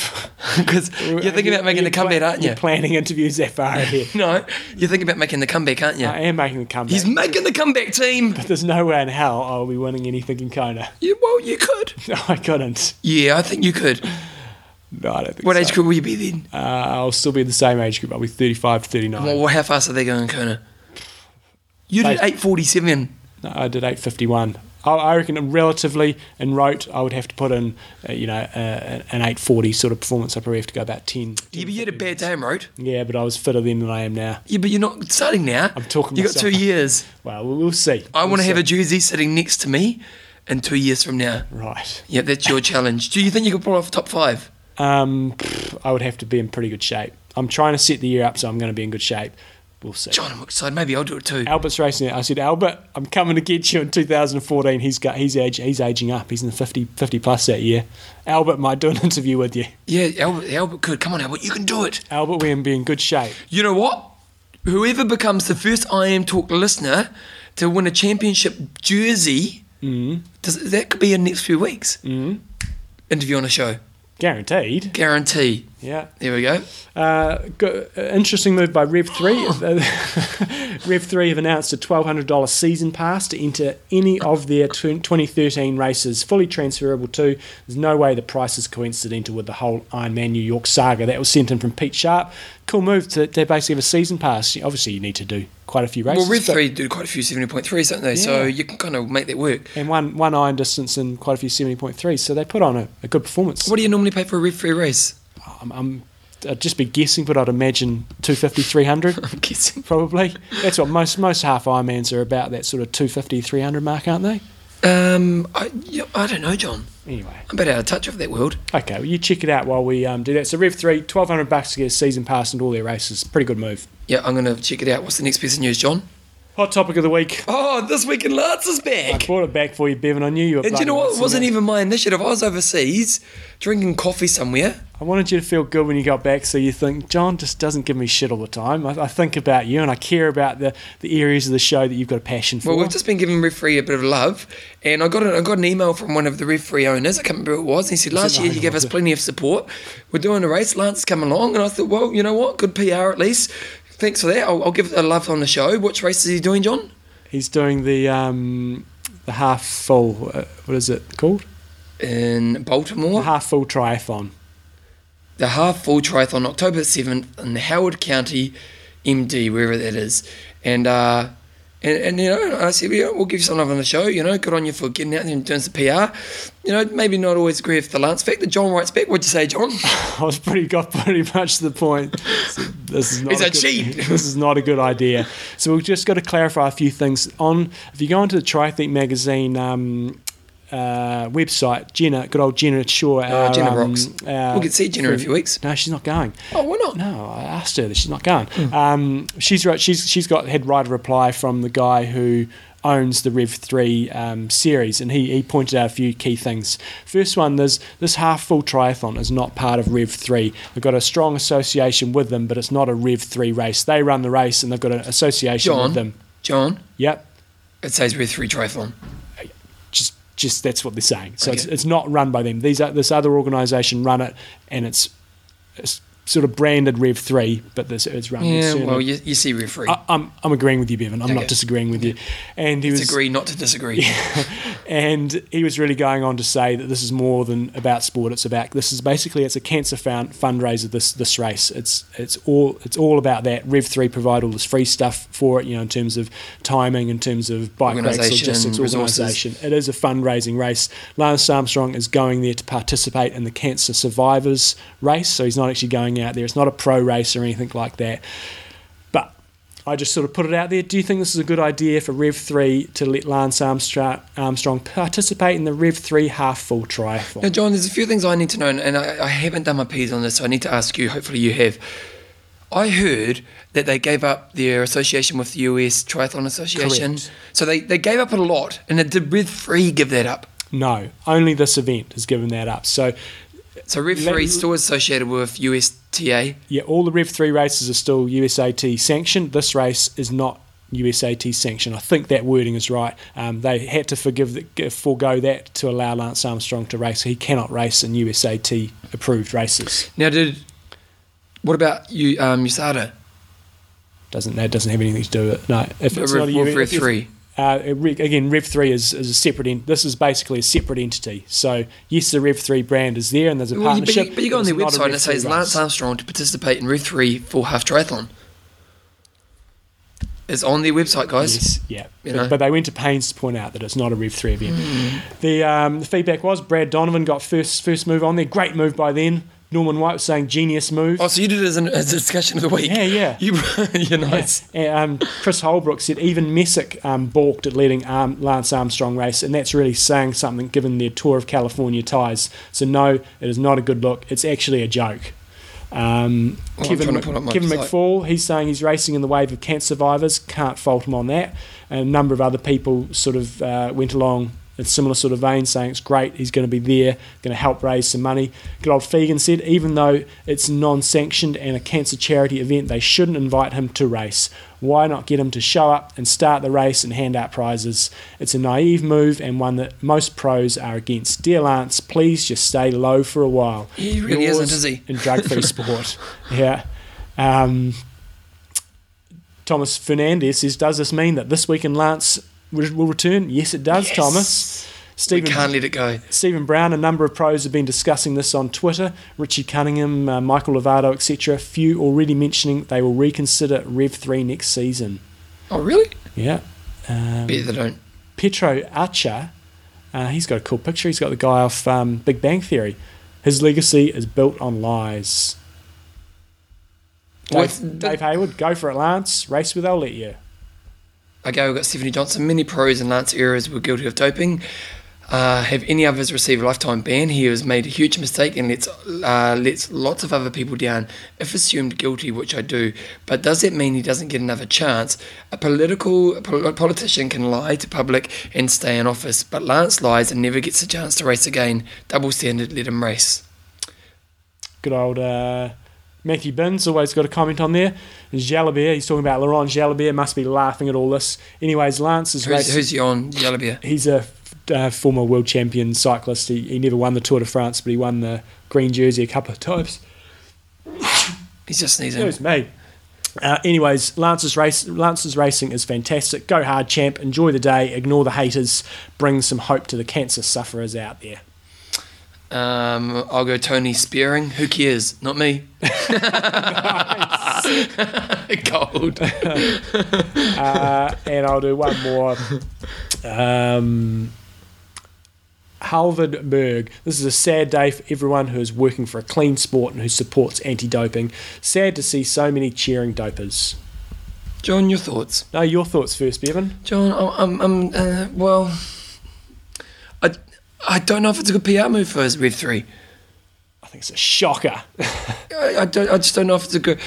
Because you're thinking about making the comeback,
pla-
aren't you?
You're planning interviews that far ahead.
No, you're thinking about making the comeback, aren't you?
I am making the comeback.
He's making the comeback team.
There's no way in hell I'll be winning anything in Kona.
Yeah, well, you could.
No, I couldn't.
Yeah, I think you could.
No, I don't think
What
so.
age group will you be then?
Uh, I'll still be in the same age group. I'll be 35 to 39.
Well, how fast are they going, Kona? You did
Mate.
8:47.
No, I did 851. I, I reckon relatively in rote, I would have to put in, uh, you know, uh, an 840 sort of performance. I probably have to go about 10.
Yeah, but you had a
10,
bad time, right?
Yeah, but I was fitter then than I am now.
Yeah, but you're not starting now.
I'm talking
You got two
myself.
years.
Well, we'll, we'll see.
I want to have a
We'll see.
jersey sitting next to me, in two years from now.
right.
Yeah, that's your challenge. Do you think you could pull off top five?
Um, pff, I would have to be in pretty good shape. I'm trying to set the year up, so I'm going to be in good shape. We'll see.
John, I'm excited. Maybe I'll do it too.
Albert's racing it. I said, Albert, I'm coming to get you in 2014. He's got he's age, he's aging up. He's in the 50 50 plus that year. Albert might do an interview with you.
Yeah, Albert, Albert could. Come on, Albert, you can do it.
Albert, we're in be in good shape.
You know what? Whoever becomes the first I Am Talk listener to win a championship jersey, does, that could be in the next few weeks. Mm. Interview on a show.
Guaranteed.
Guarantee.
Yeah.
There we go.
Uh, go, uh, interesting move by Rev Three. Uh, Rev Three have announced a twelve hundred dollars season pass to enter any of their twenty thirteen races, fully transferable too. There's no way the price is coincidental with the whole Ironman New York saga. That was sent in from Pete Sharp. Cool move to, to basically have a season pass. Obviously, you need to do quite a few races.
Well, Rev
but-
3 do quite a few 70.3s, don't they? So
Yeah.
you can kind of make that work.
and one one iron distance and quite a few seventy point threes. So they put on a, a good performance.
What do you normally pay for a Rev 3 race?
I'm, I'm I'd just be guessing, but I'd imagine 250, 300.
I'm guessing.
probably. That's what most most half Ironmans are about that sort of 250, 300 mark, aren't they?
Um, I, yeah, I don't know, John.
Anyway.
I'm a bit out of touch of that world.
Okay, well, you check it out while we um, do that. So Rev 3, 1200 bucks to get a season pass into all their races. Pretty good move.
Yeah, I'm going to check it out. What's the next piece of news, John?
Hot topic of the week.
Oh, this week in Lance is
I
back.
brought it back for you, Bevan. I knew you were
And do you know
bloody
what? It
awesome,
wasn't
mate.
even my initiative. I was overseas drinking coffee somewhere.
I wanted you to feel good when you got back, so you think John just doesn't give me shit all the time. I, I think about you, and I care about the, the areas of the show that you've got a passion for.
Well, we've just been giving referee a bit of love, and I got a, I got an email from one of the referee owners. I can't remember who it was. And he said last year you gave us plenty of support. We're doing a race. Lance's come along, and I thought, well, you know what? Good PR at least. Thanks for that. I'll, I'll give it a love on the show. Which race is he doing, John?
He's doing the um, the half full. Uh, what is it called?
In Baltimore,
The half full triathlon.
the half full triathlon, October seventh in Howard County, MD, wherever that is, and. uh and, and you know, I said, yeah, we'll give you some love on the show. You know, good on you for getting out there and doing some PR. You know, maybe not always agree with the Lance factor. John writes back. What'd you say, John?
I was pretty got pretty much to the point. This is not
It's a
good,
cheat.
This is not a good idea. So we've just got to clarify a few things. On if you go into the Triathlete magazine um, uh, website, Jenna, good old Jenna Shaw,
Oh,
our,
Jenna
um,
rocks.
our-
we could see Jenna in a few weeks.
No, she's not going.
Oh, why not?
No, I asked her. that She's not going. Um, she's wrote, she's she's got had right of reply from the guy who owns the Rev Three um, series, and he he pointed out a few key things. First one, there's this half full triathlon is not part of Rev Three. They've got a strong association with them, but it's not a Rev Three race. They run the race, and they've got an association with
John,
them.
John,
Yep,
it says we're three triathlon.
just just that's what they're saying. So it's,
Okay.
it's not run by them. These are, this other organisation run it, and it's. it's Sort of branded Rev Three, but this it's run.
Yeah,
external.
well, uh, you, you see referee.
I, I'm, I'm agreeing with you, Bevan. I'm
Okay.
not disagreeing with you. And he was
Disagree not to disagree.
and he was really going on to say that this is more than about sport. It's about this is basically it's a cancer found fundraiser. This this race. It's it's all it's all about that. Rev three provide all this free stuff for it. You know, in terms of timing, in terms of bike racks,
Organisation,
logistics,
resources.
organisation. It is a fundraising race. Lance Armstrong is going there to participate in the cancer survivors race. So he's not actually going out there. It's not a pro race or anything like that. But I just sort of put it out there. Do you think this is a good idea for Rev 3 to let Lance Armstrong, Armstrong participate in the Rev 3 half full
Now,
triathlon?
John, there's a few things I need to know, and- and I, I haven't done my P's on this, so I need to ask you. Hopefully, you have. I heard that they gave up their association with the US Triathlon Association.
Correct.
So they, they gave up a lot, and it did Rev 3 give that up?
No, only this event has given that up. So,
So Rev
Let-
3 still associated with USTA.
yeah, all the Rev 3 races are still USAT sanctioned. This race is not USAT sanctioned. I think that wording is right. Um, they had to forgive the, g- forego that to allow Lance Armstrong to race. He cannot race in USAT approved races.
Now, did. What about you, um, USADA?
Doesn't that doesn't have anything to do with it? No, if
Rev,
it's not a U-
Rev
if- if-
3.
Uh, it re- again, Rev Three is, is a separate. En- this is basically a separate entity. So yes, the Rev Three brand is there, and there's a
Well, you- but,
partnership.
you, but you go on
it's
their
not a
website and
Rev
it
3
says
race.
Lance Armstrong to participate in Rev 3 full half triathlon. It's on their website, guys.
Yes, yeah.
You
But,
know. Mm-hmm.
but they went to pains to point out that it's not a Rev Three event. The um, the feedback was Brad Donovan got first first move on there. Great move by then. Norman White was saying genius move.
Oh, so you did it as, an, as a discussion of the week.
Yeah, yeah.
You, you're nice.
Yeah, um, Chris Holbrook said even Messick um, balked at letting um, Lance Armstrong race, and that's really saying something given their tour of California ties. So no, it is not a good look. It's actually a joke. Um,
Well, I'm
Kevin,
trying to pull up my
Kevin
site.
McFall, he's saying he's racing in the wave of cancer survivors. Can't fault him on that. And a number of other people sort of uh, went along in similar sort of vein, saying it's great. He's going to be there, going to help raise some money. Good old Fegan said, even though it's non-sanctioned and a cancer charity event, they shouldn't invite him to race. Why not get him to show up and start the race and hand out prizes? It's a naive move and one that most pros are against. Dear Lance, please just stay low for a while.
He really
Yours
isn't, is he?
In drug free sport. Yeah. Um, Thomas Fernandez says, Does this mean that this week in Lance re- will return? Yes, it does,
Yes.
Thomas.
We
Stephen,
can't let it go.
Stephen Brown, a number of pros have been discussing this on Twitter. Richie Cunningham, uh, Michael Lovato, etc. Few already mentioning they will reconsider Rev 3 next season.
Oh, really?
Yeah. Um,
Bet they don't.
Petro Archer, uh, he's got a cool picture. He's got the guy off um, Big Bang Theory. His legacy is built on lies. Dave,
What's the-
Dave Hayward, go for it, Lance. Race with, I'll let you.
Okay, we've got Stephanie Johnson. Many pros and Lance Errors were guilty of doping. Uh, have any others received a lifetime ban? He has made a huge mistake and lets, uh, lets lots of other people down, if assumed guilty, which I do. But does that mean he doesn't get another chance? A political a pol- a politician can lie to public and stay in office, but Lance lies and never gets a chance to race again. Double standard, let him race.
Good old uh, Mackie Binns always got a comment on there. Jalabert, he's talking about Laurent Jalabert, must be laughing at all this. Anyways, Lance is
Who's,
racing.
who's Jan Jalabier?
he's a uh, former world champion cyclist. He, he never won the Tour de France, but he won the green jersey a couple of times.
He's just
It
sneezing.
was me. Uh, anyways, Lance's race, Lance's racing is fantastic. Go hard, champ. Enjoy the day. Ignore the haters. Bring some hope to the cancer sufferers out there.
Um, I'll go Tony Spearing. Who cares? Not me. Gold.
Uh, and I'll do one more. Um, Halvard Berg. This is a sad day for everyone who is working for a clean sport and who supports anti-doping. Sad to see so many cheering dopers.
John, your thoughts?
No, your thoughts first, Bevan.
John, I'm, I'm, I'm uh, well, I, I don't know if it's a good PR move for his Web three.
I think it's a shocker.
I, I don't, I just don't know if it's a good.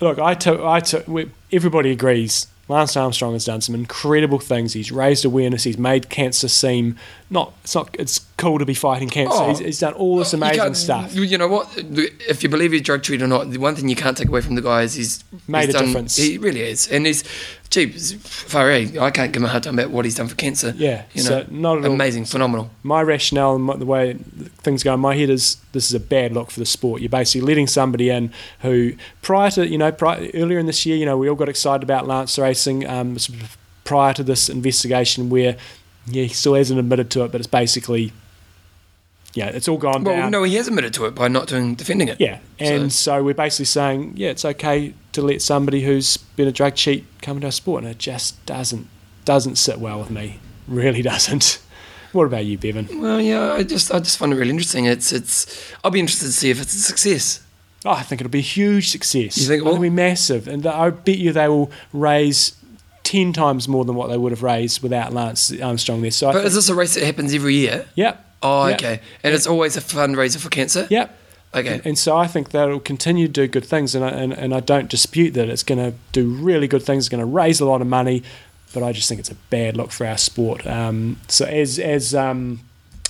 Look, I took, I took. we- Everybody agrees. Lance Armstrong has done some incredible things. He's raised awareness. He's made cancer seem not. It's not. It's cool to be fighting cancer.
Oh.
he's, he's done all this
You
amazing
can't-
stuff.
You, you know what? If you believe he's drug treated or not, the one thing you can't take away from the guy is he's
Made
he's
a
done-
difference.
He really is, and he's cheap. Far I can't give him a hard time about what he's done for cancer.
Yeah,
you know,
so not at all.
amazing, phenomenal.
My rationale and my, the way things go in my head is this is a bad look for the sport. You're basically letting somebody in who, prior to you know, prior, earlier in this year, you know, we all got excited about Lance racing. Um, sort of prior to this investigation, where yeah, he still hasn't admitted to it, but it's basically. Yeah, it's all gone
Well,
down.
no, he has admitted to it by not doing defending it.
Yeah, and
So-
so, we're basically saying, yeah, it's okay to let somebody who's been a drug cheat come into our sport, and it just doesn't doesn't sit well with me. Really doesn't. What about you, Bevan?
Well, yeah, I just, I just find it really interesting. It's, it's. I'll be interested to see if it's a success.
Oh, I think it'll be a huge success.
You think it will?
will be massive, and th- I bet you they will raise ten times more than what they would have raised without Lance Armstrong there. So, I
But
think,
is this a race that happens every year?
yep.
Oh,
yep,
okay. And it's always a fundraiser for cancer?
Yep.
Okay.
And so I think that'll continue to do good things, and I, and, and I don't dispute that it's going to do really good things. It's going to raise a lot of money, but I just think it's a bad look for our sport. Um, so as as um,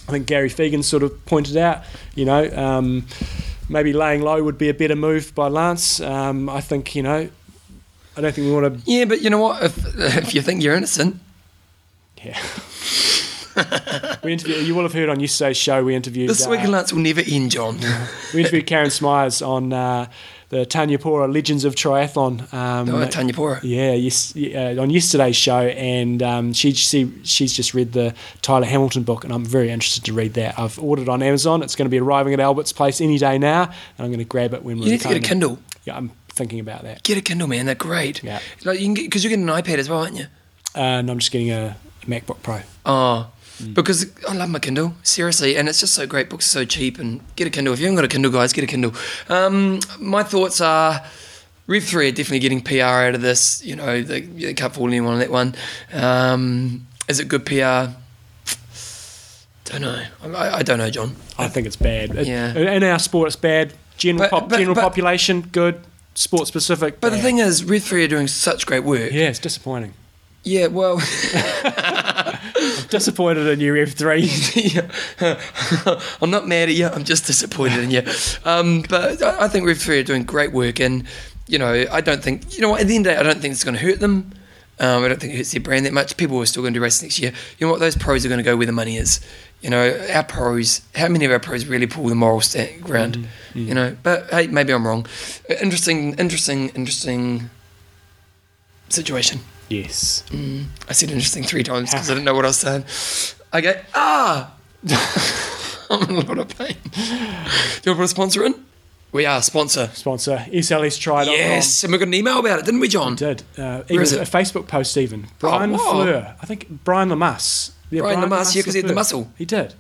I think Gary Fegan sort of pointed out, you know, um, maybe laying low would be a better move by Lance. Um, I think you know, I don't think we want to.
Yeah, but you know what? If, if you think you're innocent,
Yeah. we interviewed. You will have heard on yesterday's show. We interviewed
this
uh,
week in Lance will never end, John.
We interviewed Karen Smyers on uh, the Tanya Pora Legends of Triathlon. Um,
oh, Tanya Pora.
Yeah, yes, yeah, uh, on yesterday's show, and um, she, she she's just read the Tyler Hamilton book, and I'm very interested to read that. I've ordered it on Amazon. It's going to be arriving at Albert's place any day now, and I'm going to grab it when we're
You need to get a
kind of-
Kindle.
Yeah, I'm thinking about that.
Get a Kindle, man. They're great.
Yeah.
Like you can because you're getting an iPad as well, aren't you?
Uh, and I'm just getting a MacBook Pro.
Oh, because I love my Kindle seriously, and it's just so great. Books are so cheap, and get a Kindle if you haven't got a Kindle, guys. Get a Kindle. Um, my thoughts are. Rev three are definitely getting PR out of this. You know, they, they can't fool anyone on that one. Um, is it good PR? Don't know. I, I don't know, John.
I think it's bad. It-
Oh. Yeah.
In our sport, it's bad. General
But-
pop,
but-
general
but-
population, good. Sport specific.
But the
bad.
thing is, Rev three are doing such great work.
yeah, it's disappointing.
Yeah, well,
disappointed in you, Rev three.
yeah. I'm not mad at you. I'm just disappointed in you. Um, but I I think Rev Three are doing great work, and you know, I don't think you know. what, At the end of the day, I don't think it's going to hurt them. Um, I don't think it hurts their brand that much. People are still going to do races next year. You know what? Those pros are going to go where the money is. You know, our pros. How many of our pros really pull the moral stand ground? You know, but hey, maybe I'm wrong. Uh, Interesting, interesting, interesting situation.
yes.
I said interesting three times because I didn't know what I was saying. I go, ah! I'm in a lot of pain. Do you want to put a sponsor in? We are a sponsor.
Sponsor E slstry.com.
Yes, and we got an email about it, didn't we, John?
did. Uh, even
is
a
it?
Facebook post, even. Brian
wow.
Fleur. I think Brian Lamas. Yeah,
Brian Lamas, yeah, 'cause he had the
Lafleur.
muscle.
He did.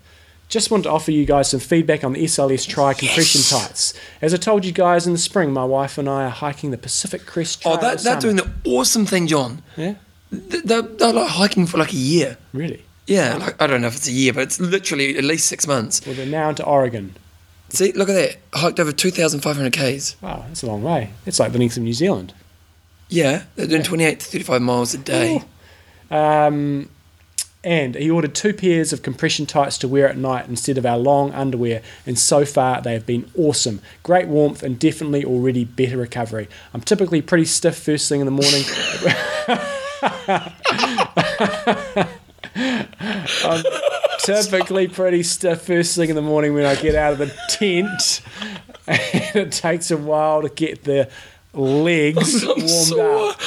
Just want to offer you guys some feedback on the E SLS Tri compression
Yes.
tights. As I told you guys in the spring, my wife and I are hiking the Pacific Crest Trail.
Oh, that,
this
they're doing
summer.
the awesome thing, John.
yeah,
Th- They're, they're like hiking for like a year.
really.
Yeah, like, I don't know if it's a year, but it's literally at least six months.
Well, they're now into Oregon.
See, look at that. Hiked over 2,500 Ks.
Wow, that's a long way. It's like the length of New Zealand.
Yeah, they're doing 28 to 35 miles a day.
Um, and he ordered two pairs of compression tights to wear at night instead of our long underwear, and so far they have been awesome. Great warmth and definitely already better recovery. I'm typically pretty stiff first thing in the morning. I'm typically pretty stiff first thing in the morning when I get out of the tent, and it takes a while to get the legs
I'm
warmed
sore.
up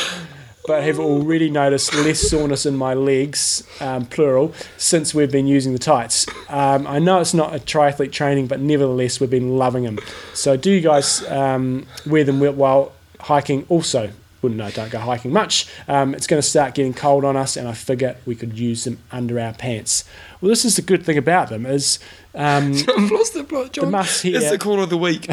but have already noticed less soreness in my legs, um, plural, since we've been using the tights. Um, I know it's not a triathlete training, but nevertheless, we've been loving them. So, do you guys um, wear them while hiking also? Wouldn't know, don't go hiking much. Um, it's going to start getting cold on us, and I figure we could use them under our pants. Well, this is the good thing about them is um,
I've lost the plot, John.
maths
It's
here-
the corner of the week.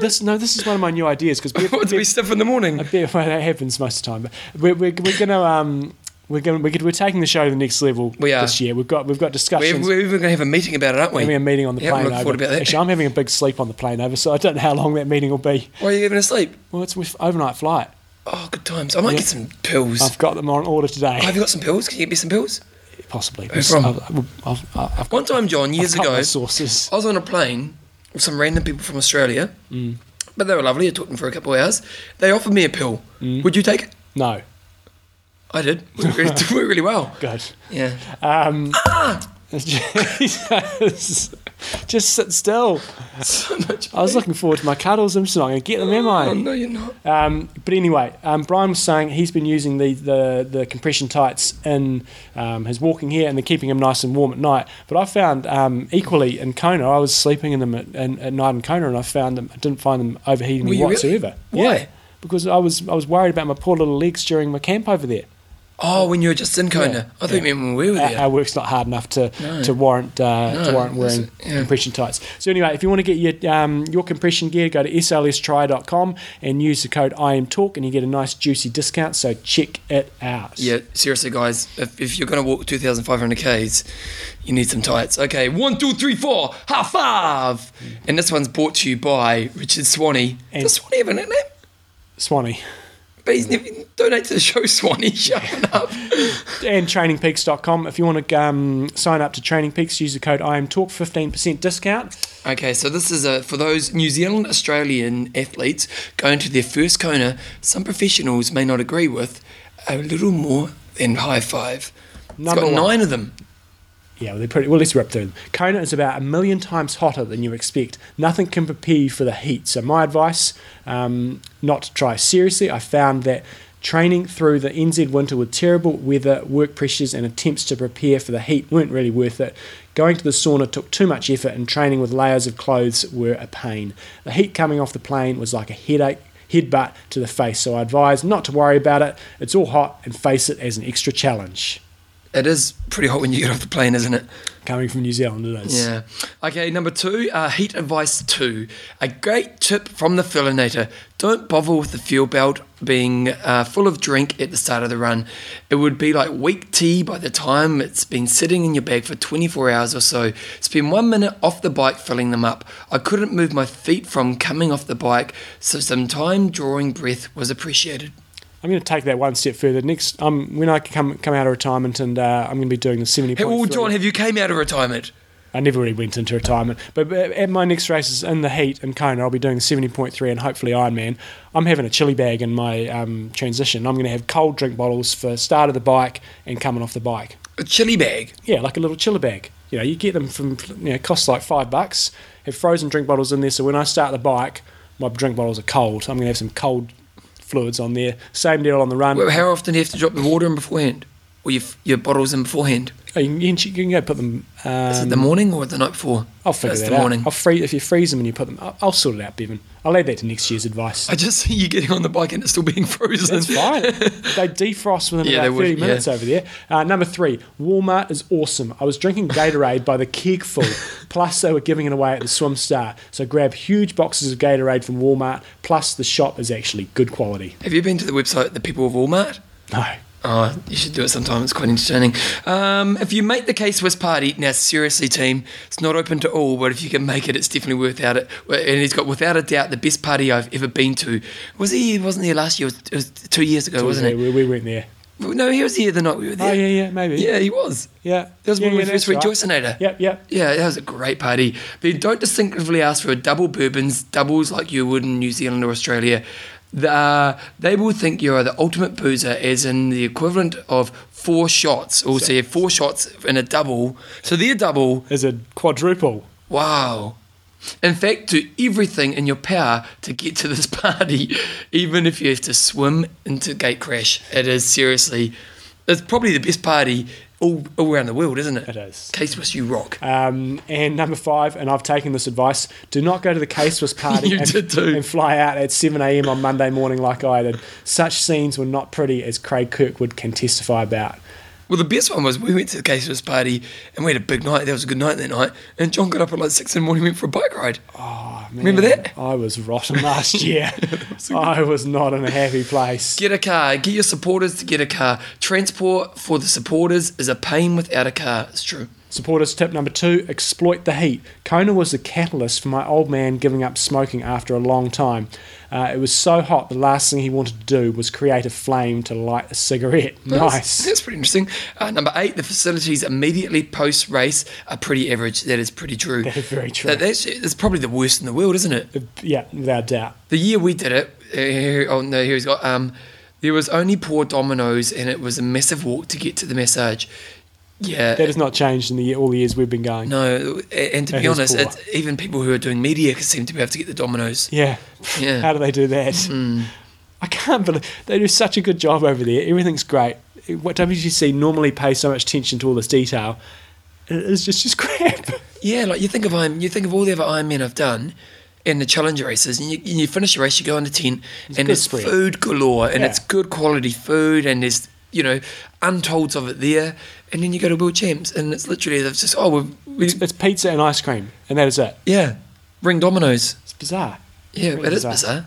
this. No, this is one of my new ideas because
what do we stuff in the morning?
A bit, well, that happens most of the time. But we're, we're, we're gonna um, we're gonna we're, gonna- we're taking the show to the next level
We are.
this year. We've got we've got
We're,
discussions.
we're even going to have a meeting about it, aren't we?
having a meeting on the
Yeah, I'm
plane
looking
over.
forward about that.
Actually, I'm having a big sleep on the plane over, so I don't know how long that meeting will be.
Why are you even asleep?
Well, it's with overnight flight.
Oh, good times. I might get some pills.
I've got them on order
Oh,
today,
have you got some pills? Can you get me some pills?
possibly.
Who from?
I've, I've, I've, I've
One time, John, years
got
ago,
my sources.
I was on a plane with some random people from Australia,
Mm.
but they were lovely. I talked to them for a couple of hours. They offered me a pill.
Mm.
Would you take it?
No,
I did. It worked really, it worked really well.
good.
Yeah.
Jesus. Just sit still.
so much.
I was looking forward to my cuddles. I'm just not going to get them, am I?
Oh, no, you're not.
Um, but anyway, um, Brian was saying he's been using the, the, the compression tights in um, his walking here and they're keeping him nice and warm at night. But I found um, equally in Kona, I was sleeping in them at, in, at night in Kona and I found them, I didn't find them overheating
Were
me
you really?
whatsoever.
Why?
Yeah, because I was, I was worried about my poor little legs during my camp over there.
Oh, when you were just in Kona.
Yeah,
I thought you meant when we were
Our-
there.
Our work's not hard enough to,
No.
to warrant uh, to
No,
warrant wearing
that's- yeah.
compression tights. So anyway, if you want to get your um, your compression gear, go to slstry.com and use the code IMTalk and you get a nice juicy discount. So check it out.
yeah, seriously, guys, if, if you're going to walk 2,500 Ks, you need some tights. Okay, one, two, three, four, high five. And this one's brought to you by Richard Swanee.
And-
Does Swanee have a nickname?
Swanee.
But he's never donated to the show, Swanee. Shut up.
And trainingpeaks.com. If you want to um, sign up to Training Peaks, use the code IMTalk, 15% discount.
Okay, so this is a, for those New Zealand Australian athletes going to their first Kona, some professionals may not agree with a little more than high five.
Number
it's got
one.
nine of them.
Yeah, well, they're pretty. Well, let's rip through them. Kona is about a million times hotter than you expect. Nothing can prepare you for the heat. So my advice, um, not to try seriously. I found that training through the NZ winter with terrible weather, work pressures, and attempts to prepare for the heat weren't really worth it. Going to the sauna took too much effort, and training with layers of clothes were a pain. The heat coming off the plane was like a headache. Headbutt to the face, so I advise not to worry about it. It's all hot and face it as an extra challenge.
It is pretty hot when you get off the plane, isn't it?
Coming from New Zealand, it is.
Yeah. Okay, number two, uh, heat advice two. A great tip from the Fillinator. Don't bother with the fuel belt being uh, full of drink at the start of the run. It would be like weak tea by the time it's been sitting in your bag for 24 hours or so. Spend one minute off the bike filling them up. I couldn't move my feet from coming off the bike, so some time drawing breath was appreciated.
I'm going to take that one step further. Next, um, when I come come out of retirement, and uh, I'm going to be doing the 70.
Hey, well, John, have you came out of retirement?
I never really went into retirement, but at at my next races in the heat in Kona, I'll be doing the 70.3 and hopefully Ironman. I'm having a chilly bag in my um, transition. I'm going to have cold drink bottles for start of the bike and coming off the bike.
A chili bag.
Yeah, like a little chiller bag. You know, you get them from you know, costs like five bucks. Have frozen drink bottles in there, so when I start the bike, my drink bottles are cold. I'm going to have some cold fluids on there. Same deal on the run.
Well, How often do you have to drop the water in beforehand? Or your, your bottles in beforehand?
Oh, you, can, you, can, you can go put them. Um,
Is it the morning or the night before?
I'll figure
That's
that
the
out.
morning.
I'll free, if you freeze them and you put them, I'll, I'll sort it out, Bevan. I'll add that to next year's advice.
I just see you getting on the bike and it's still being frozen.
That's fine. they defrost within
Yeah, they
about
would,
30 minutes
yeah.
over there. Uh, number three, Walmart is awesome. I was drinking Gatorade by the keg full. Plus, they were giving it away at the Swim Star. So grab huge boxes of Gatorade from Walmart. Plus, the shop is actually good quality.
Have you been to the website The People of Walmart?
No.
Oh, you should do it sometime. It's quite entertaining. Um, if you make the case Swiss party, now seriously, team, it's not open to all, but if you can make it, it's definitely worth out it. And he's got without a doubt the best party I've ever been to. Was he? he Wasn't there last year? It was, it was two years ago, wasn't
we,
it?
We, we went there.
No, he was here the night we were there.
Oh, yeah, yeah, maybe.
Yeah, he was.
Yeah.
That was
yeah,
when we
yeah,
first read
that's right.
Joycenator.
Yep, yep.
Yeah, that was a great party. But you don't distinctively ask for a double bourbons, doubles like you would in New Zealand or Australia. The, uh, they will think you are the ultimate boozer, as in the equivalent of four shots. Also, so, you have four shots in a double. So their double,
Is a quadruple.
wow. In fact, do everything in your power to get to this party, even if you have to swim into Gate Crash. It is seriously, it's probably the best party all, all around the world, isn't it?
It is.
Case Swiss, you rock.
Um, and number five, and I've taken this advice: do not go to the K Swiss party
You
and,
did too.
and fly out at 7 a.m. on Monday morning like I did. Such scenes were not pretty, as Craig Kirkwood can testify about.
Well, the best one was we went to the Caseless party and we had a big night. That was a good night that night. And John got up at like six in the morning and went for a bike ride.
Oh, man,
Remember that?
I was rotten last year. I was not in a happy place.
Get a car. Get your supporters to get a car. Transport for the supporters is a pain without a car. It's true.
Supporters tip number two exploit the heat. Kona was the catalyst for my old man giving up smoking after a long time. Uh, it was so hot, the last thing he wanted to do was create a flame to light a cigarette.
That's-
Nice.
That's pretty interesting. Uh, number eight, the facilities immediately post race are pretty average. That is pretty true.
That is very true.
That, that's, it's probably the worst in the world, isn't it?
Yeah, without doubt.
The year we did it, uh, here, oh no, here he's got. Um, there was only poor dominoes, and it was a massive walk to get to the massage. Yeah,
That has not changed in the year, all the years we've been going.
No, a- and to
That
be
is
honest,
poor.
it's, even people who are doing media seem to be able to get the dominoes.
Yeah.
Yeah. Hmm.
How do they do that? I can't believe they do such a good job over there. Everything's great. What WGC normally pays so much attention to all this detail. It's just just crap.
Yeah, like you think of Iron, you think of all the other Ironmen I've done, and the challenge races, and you, and you finish a race, you go in the tent,
good
and there's
spread.
food galore, and
Yeah.
it's good quality food, and there's you know untolds of it there, and then you go to World Champs, and it's literally it's just oh we, we
It's pizza and ice cream, and that is it.
yeah, ring dominoes.
It's bizarre.
Yeah,
Really
it is bizarre.
bizarre.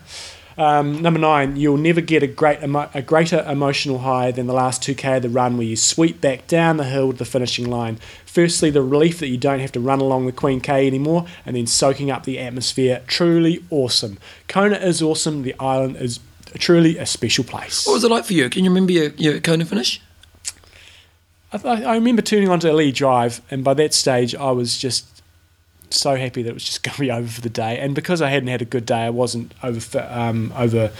Um, number nine, you'll never get a great emo- a greater emotional high than the last 2k of the run where you sweep back down the hill to the finishing line. Firstly, the relief that you don't have to run along the Queen K anymore, and then soaking up the atmosphere. Truly awesome. Kona is awesome. The island is truly a special place.
What was it like for you? Can you remember your, your Kona finish?
I, I I remember turning onto Lee Drive, and by that stage, I was just so happy that it was just going to be over for the day. And because I hadn't had a good day, I wasn't over um, over.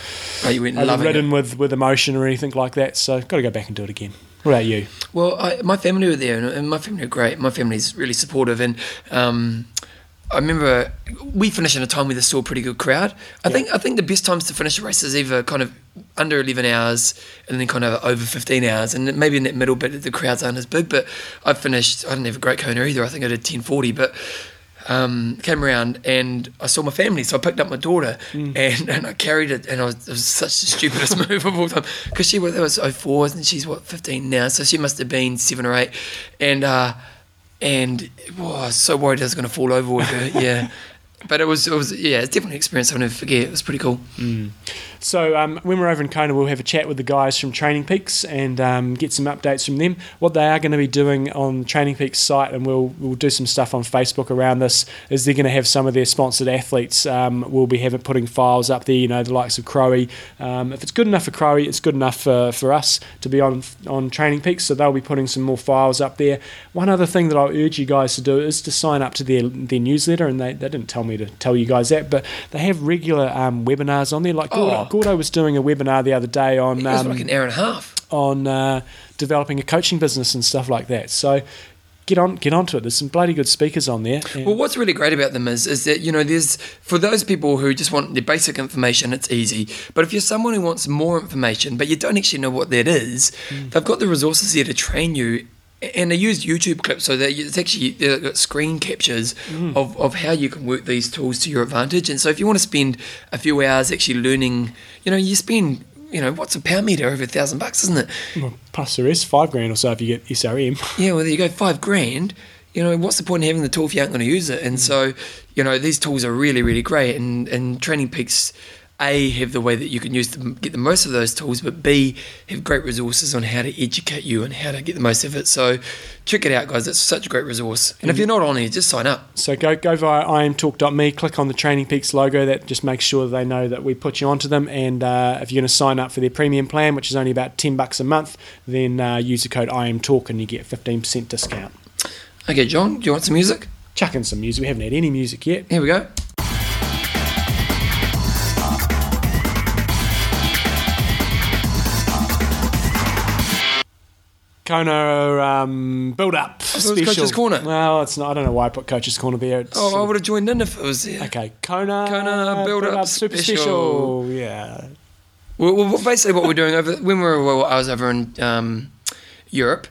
Oh, you went loving it.
overridden with with emotion or anything like that. So got to go back and do it again. What about you?
Well, I, my family were there, and, and my family are great. My family's really supportive, and um, I remember we finished in a time where there's still a pretty good crowd. I think I think the best times to finish a race is either kind of under 11 hours, and then kind of over 15 hours, and maybe in that middle bit the crowds aren't as big. But I finished. I didn't have a great Kona either. I think I did 10:40, but. Um, came around and I saw my family, so I picked up my daughter and, and I carried it, and I was, it was such the stupidest move of all time because she was that was 04 and she's what 15 now, so she must have been seven or eight, and uh, and whoa, I was so worried I was going to fall over with her, yeah. But it was, it was, yeah, it's definitely an experience I'll never forget. It was pretty cool.
So um, when we're over in Kona, we'll have a chat with the guys from Training Peaks and um, get some updates from them. What they are going to be doing on the Training Peaks site, and we'll we'll do some stuff on Facebook around this. Is they're going to have some of their sponsored athletes. Um, we'll be having putting files up there. You know, the likes of Crowe. Um, if it's good enough for Crowe, it's good enough for, for us to be on on Training Peaks. So they'll be putting some more files up there. One other thing that I urge you guys to do is to sign up to their their newsletter. And they, they didn't tell me to tell you guys that, but they have regular um, webinars on there. Like Gordo,
Oh.
Gordo was doing a webinar the other day on
It was
um,
like an hour and a half.
on uh, developing a coaching business and stuff like that. So get on get onto it. There's some bloody good speakers on there. And-
Well, what's really great about them is is that you know there's for those people who just want the basic information, it's easy. But if you're someone who wants more information, but you don't actually know what that is, they've got the resources there to train you and they use YouTube clips, so they, it's actually they've got screen captures of, of how you can work these tools to your advantage. And so, if you want to spend a few hours actually learning, you know, you spend, you know, what's a power meter over a thousand bucks, isn't it?
Well, plus the rest, five grand or so if you get SRM.
Yeah, well, there you go, five grand. You know, what's the point in having the tool if you aren't going to use it? And so, you know, these tools are really, really great. And, and Training Peaks, A, have the way that you can use them, get the most of those tools, but B, have great resources on how to educate you and how to get the most of it. So check it out, guys. It's such a great resource. And if you're not on here, just sign up.
So go go via imtalk.me, click on the Training Peaks logo. That just makes sure they know that we put you onto them. And uh, if you're going to sign up for their premium plan, which is only about ten bucks a month, then uh, use the code IMTalk and you get fifteen percent discount.
Okay, John, do you want some music?
Chuck in some music. We haven't had any music yet.
Here we go.
Kona um, build up
it was
special.
Coach's Corner.
Well, it's not. I don't know why I put Coach's Corner there. It's,
Oh, I would have joined in if it was there.
okay. Kona
Kona Build Up
super
Special.
special. Yeah.
Well, well, basically, what we're doing over when we were well, I was over in um, Europe,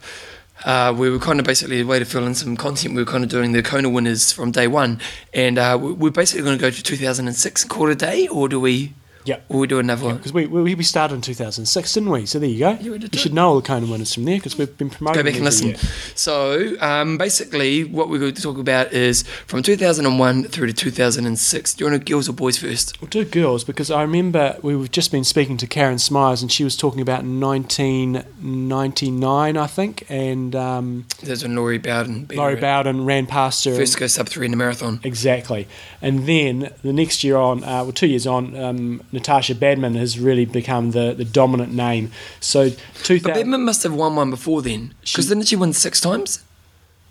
uh, we were kind of basically a way to fill in some content. We were kind of doing the Kona winners from day one, and uh, we- we're basically going to go to 2006 quarter day, or do we?
Yeah.
Or we do another one.
Because we, we we started in 2006, didn't we? So there you go.
Yeah, we did
you
do
should
it.
know all the Kona winners from there because we've been promoting.
Go back and
them every
listen.
year.
So, um, basically, what we're going to talk about is from 2001 through to 2006. Do you want to girls or boys first?
Well, do girls because I remember we were just been speaking to Karen Smyers and she was talking about 1999, I think, and um,
There's when Laurie Bowden. beat
Laurie
her
Bowden ran past her. and-
First to go sub three in the marathon.
Exactly. And then the next year on, uh, well, two years on, um, Natasha Badman has really become the, the dominant name. So,
But
2000,
Bedman must have won one before then, because
She-
didn't she win six times?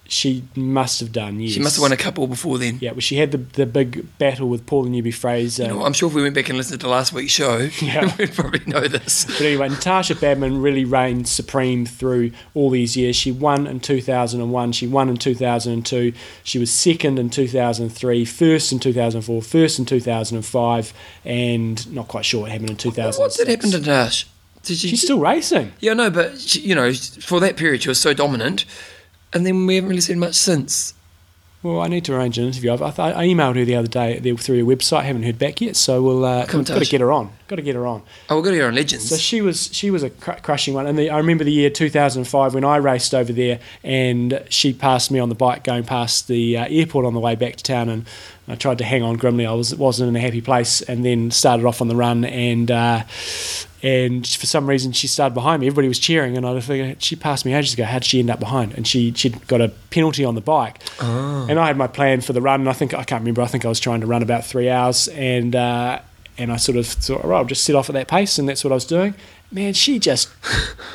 she must have done, yes.
She must have won a couple before then.
Yeah, well, she had the, the big battle with Paula Newby Fraser.
You know, I'm sure if we went back and listened to last week's show,
Yeah.
we'd probably know this.
But anyway, Natasha Badman really reigned supreme through all these years. She won in 2001, she won in 2002, she was second in 2003, first in 2004, first in 2005, and not quite sure what happened in 2006.
What did happen to Dash? Did she?
She's still racing.
yeah, no, but she, you know, for that period she was so dominant, and then we haven't really seen much since.
Well, I need to arrange an interview. I've, I, th- I emailed her the other day there through your website. Haven't heard back yet, so we'll uh,
Come
we've got to
touch.
get her on. Got to get her on.
Oh, we've got to hear on Legends.
So she was she was a cr- crushing one, and the, I remember the year 2005 when I raced over there, and she passed me on the bike going past the uh, airport on the way back to town, and I tried to hang on grimly. I was wasn't in a happy place, and then started off on the run, and uh, and for some reason she started behind me. Everybody was cheering, and I figured she passed me ages ago. How would she end up behind? And she she would got a penalty on the bike, and I had my plan for the run. And I think I can't remember. I think I was trying to run about three hours, and uh, and I sort of thought, all right, I'll just set off at that pace, and that's what I was doing. Man, she just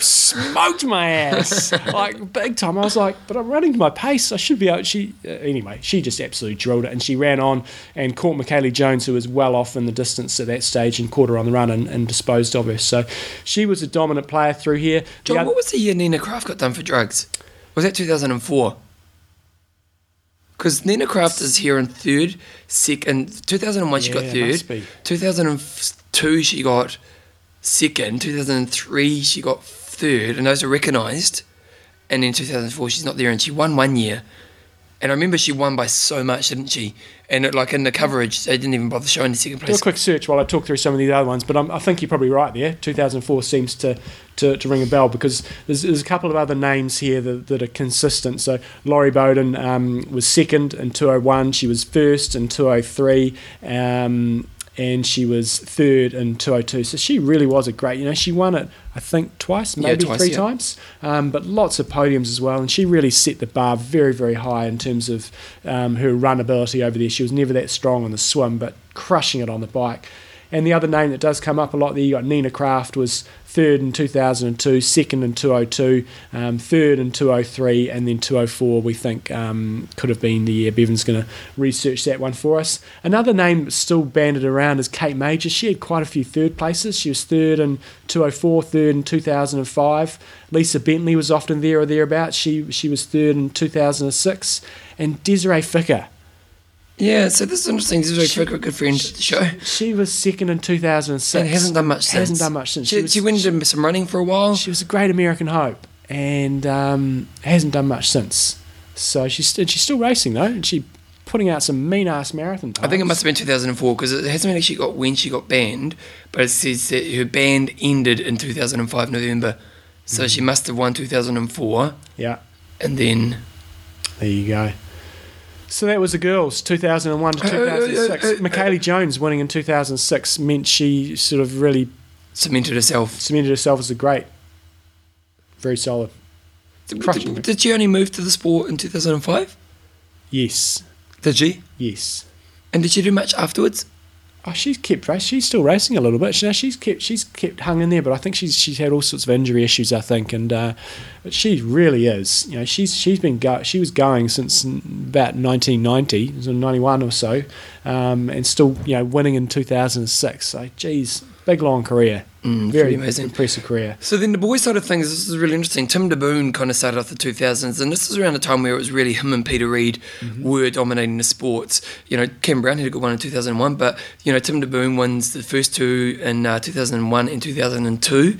smoked my ass like big time. I was like, but I'm running to my pace. I should be out. She uh, anyway, she just absolutely drilled it, and she ran on and caught McKaylee Jones, who was well off in the distance at that stage, and caught her on the run and, and disposed of her. So she was a dominant player through here. The
John,
oth-
what was the year Nina Kraft got done for drugs? Was that 2004? Because Nina Kraft is here in third, second. 2001 she got
Yeah,
third.
must be.
2002 she got second. 2003 she got third, and those are recognised. And in 2004 she's not there, and she won one year. And I remember she won by so much, didn't she? And it, like in the coverage, they didn't even bother showing the second
Do a
place.
quick search while I talk through some of these other ones, but I'm, I think you're probably right there. 2004 seems to, to, to ring a bell because there's, there's a couple of other names here that, that are consistent. So Laurie Bowden um, was second in 201, she was first in 203. Um, and she was third in 202. So she really was a great, you know, she won it, I think, twice,
Yeah,
maybe
twice,
three
yeah.
times, um, but lots of podiums as well. And she really set the bar very, very high in terms of um, her run ability over there. She was never that strong on the swim, but crushing it on the bike. And the other name that does come up a lot there, you got Nina Kraft was third in 2002, second in 202, um, third in 203, and then 204 we think um, could have been the year. Bevan's going to research that one for us. Another name that's still banded around is Kate Major. She had quite a few third places. She was third in 204, third in 2005. Lisa Bentley was often there or thereabouts. She she was third in 2006, and Desiree Ficker.
yeah, so this is interesting. This is
She-
a very good friend of the show.
She was second in 2006.
And hasn't done much since.
Hasn't done much since.
She,
She was-
she went into some running for a while.
She was a great American hope. and um, hasn't done much since. So she's st- she's still racing though, and she's putting out some mean ass marathon times.
I think it must have been 2004 because it hasn't actually got when she got banned, but it says that her ban ended in 2005 November, so she must have won 2004
Yeah,
and then
there you go. So that was the girls, 2001 to
Uh, uh, uh, uh,
2006.
uh, uh,
Michaeli Jones winning in 2006 meant she sort of really
cemented herself.
cemented herself as a great, very solid.
Did,
Crushing it.
did, did she only move to the sport in 2005?
Yes,
Did she?
yes.
And did she do much afterwards?
Oh, she's kept race. She's still racing a little bit. She, she's kept she's kept hung in there, but I think she's she's had all sorts of injury issues. I think, and uh, but she really is. You know, she's she's been go, she was going since about 1990, so 91 or so, um, and still you know winning in 2006. So, geez, big long career,
Mm,
very
pretty amazing.
impressive career.
So then the boys side of things, this is really interesting. Tim DeBoon kind of started off the 2000s, and this is around the time where it was really him and Peter Reid
Mm-hmm.
were dominating the sports. You know, Ken Brown had a good one in 2001, but, you know, Tim DeBoon wins the first two in uh, 2001 and 2002.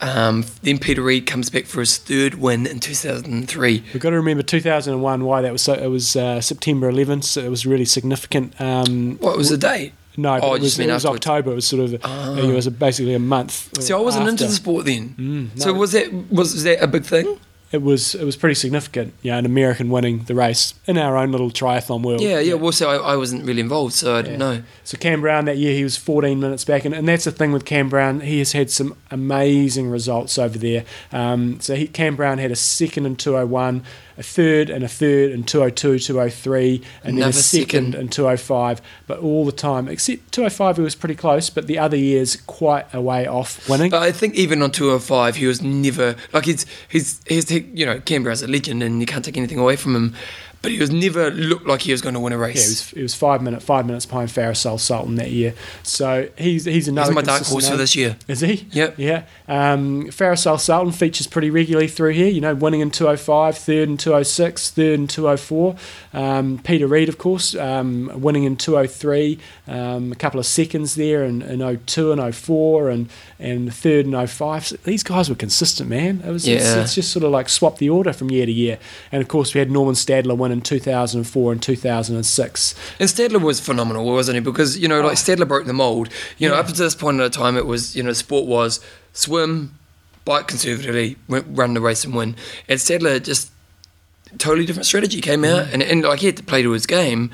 Um, then Peter Reid comes back for his third win in 2003.
We've got to remember 2001. Why that was so? It was uh, September 11th. So it was really significant. Um,
What was the date?
no,
Oh,
but it
you
was,
just mean
it was
afterwards.
October. It was sort of
Ah.
it was basically a month.
See, I wasn't into
after.
the sport then.
Mm,
So
no.
was that was, was that a big thing?
it was it was pretty significant. You know, an American winning the race in our own little triathlon world.
Yeah, yeah. Well, so I, I wasn't really involved, so I didn't
Yeah.
know.
So Cam Brown that year he was 14 minutes back, and, and that's the thing with Cam Brown. He has had some amazing results over there. Um, so he, Cam Brown had a second in 201, a third and a third in 202, 203, and then a
Another
second,
second.
in 205. But all the time, except 205, he was pretty close, but the other years quite a way off winning.
But I think even on 205, he was never like he's he's he's he, you know Canberra's a legend and you can't take anything away from him. But he was never looked like he was going to win a race.
Yeah, it was, it was five minute five minutes behind Farisol Sultan that year. So he's he's another
He's my dark
consistent
horse for
name.
this year.
Is he?
Yep.
Yeah. Um, Farisal Sultan features pretty regularly through here, you know, winning in 205, third in 206, third in 204. Um, Peter Reid, of course, um, winning in 203, um, a couple of seconds there in, in 02 and 04, and, and third in 05. So these guys were consistent, man. It was, it's,
Yeah.
it's just sort of like swap the order from year to year. And of course, we had Norman Stadler win in 2004 and 2006.
And Stadler was phenomenal, wasn't he? Because you know, like Stadler broke the mold. You know,
Oh. Yeah.
up until this point in the time, it was you know, sport was swim, bike conservatively, w- run the race and win. And Stadler just totally different strategy came out,
Mm.
and and like he had to play to his game,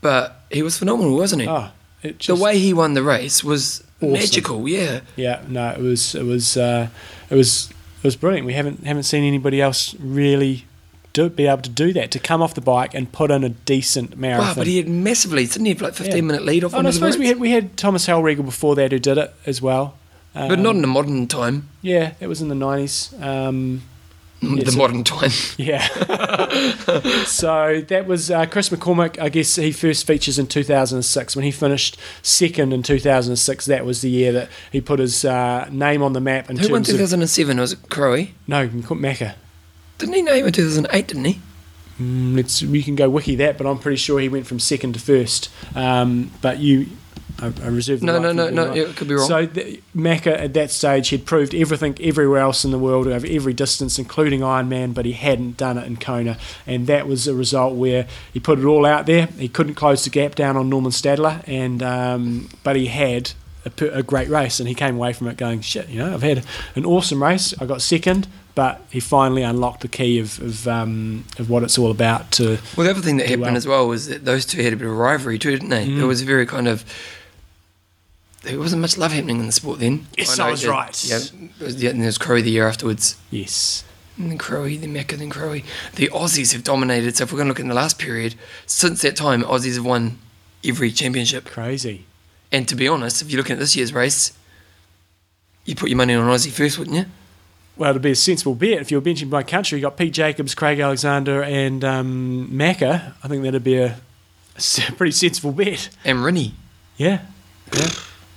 but he was phenomenal, wasn't he?
Oh, it
the
just,
way he won the race was
Awesome.
magical. Yeah.
Yeah, no, it was it was uh, it was it was brilliant. We haven't haven't seen anybody else really do, be able to do that to come off the bike and put in a decent marathon.
Wow, but he had massively, didn't he? Have like 15
Yeah.
minute lead off
Oh,
on
and I
the
suppose we
roads?
had we had Thomas Hellriegel before that who did it as well. Um,
But not in the modern time.
yeah, that was in the nineties. Um,
the
so-
modern time.
Yeah. so that was uh, Chris McCormick. I guess he first features in 2006 when he finished second in 2006. That was the year that he put his uh, name on the map in
Who won
terms of
2007? Was it Crowe?
no Macca.
Didn't he know he won 2008, didn't he?
Mm, it's you can go wiki that, but I'm pretty sure he went from second to first. Um, but you, I, I reserve. The
No,
right
no,
for
no,
being
no,
wrong.
yeah, it could be wrong.
So th- Macca at that stage had proved everything everywhere else in the world over every distance, including Ironman, but he hadn't done it in Kona, and that was a result where he put it all out there. He couldn't close the gap down on Norman Stadler, and um, but he had. A, per- a great race, and he came away from it going, "Shit, you know, I've had an awesome race. I got second, but he finally unlocked the key of of, um, of what it's all about." To
Well, the other thing that
Do
happened
well.
as well was that those two had a bit of rivalry too, didn't they?
Mm.
There was very kind of. There wasn't much love happening in the sport then.
Yes,
know
I was
that-
right.
Yeah, it was- yeah, and there was Crowe the year afterwards.
yes,
And then Crowe, then Mecca, then Crowe. The Aussies have dominated. So if we're going to look in the last period, since that time, Aussies have won every championship.
crazy.
And to be honest, if you're looking at this year's race, you put your money on Aussie first, wouldn't you?
Well, it'd be a sensible bet if you were benching by country. You got Pete Jacobs, Craig Alexander, and um, Macca. I think that'd be a, a se- pretty sensible bet.
And Rennie.
Yeah, yeah,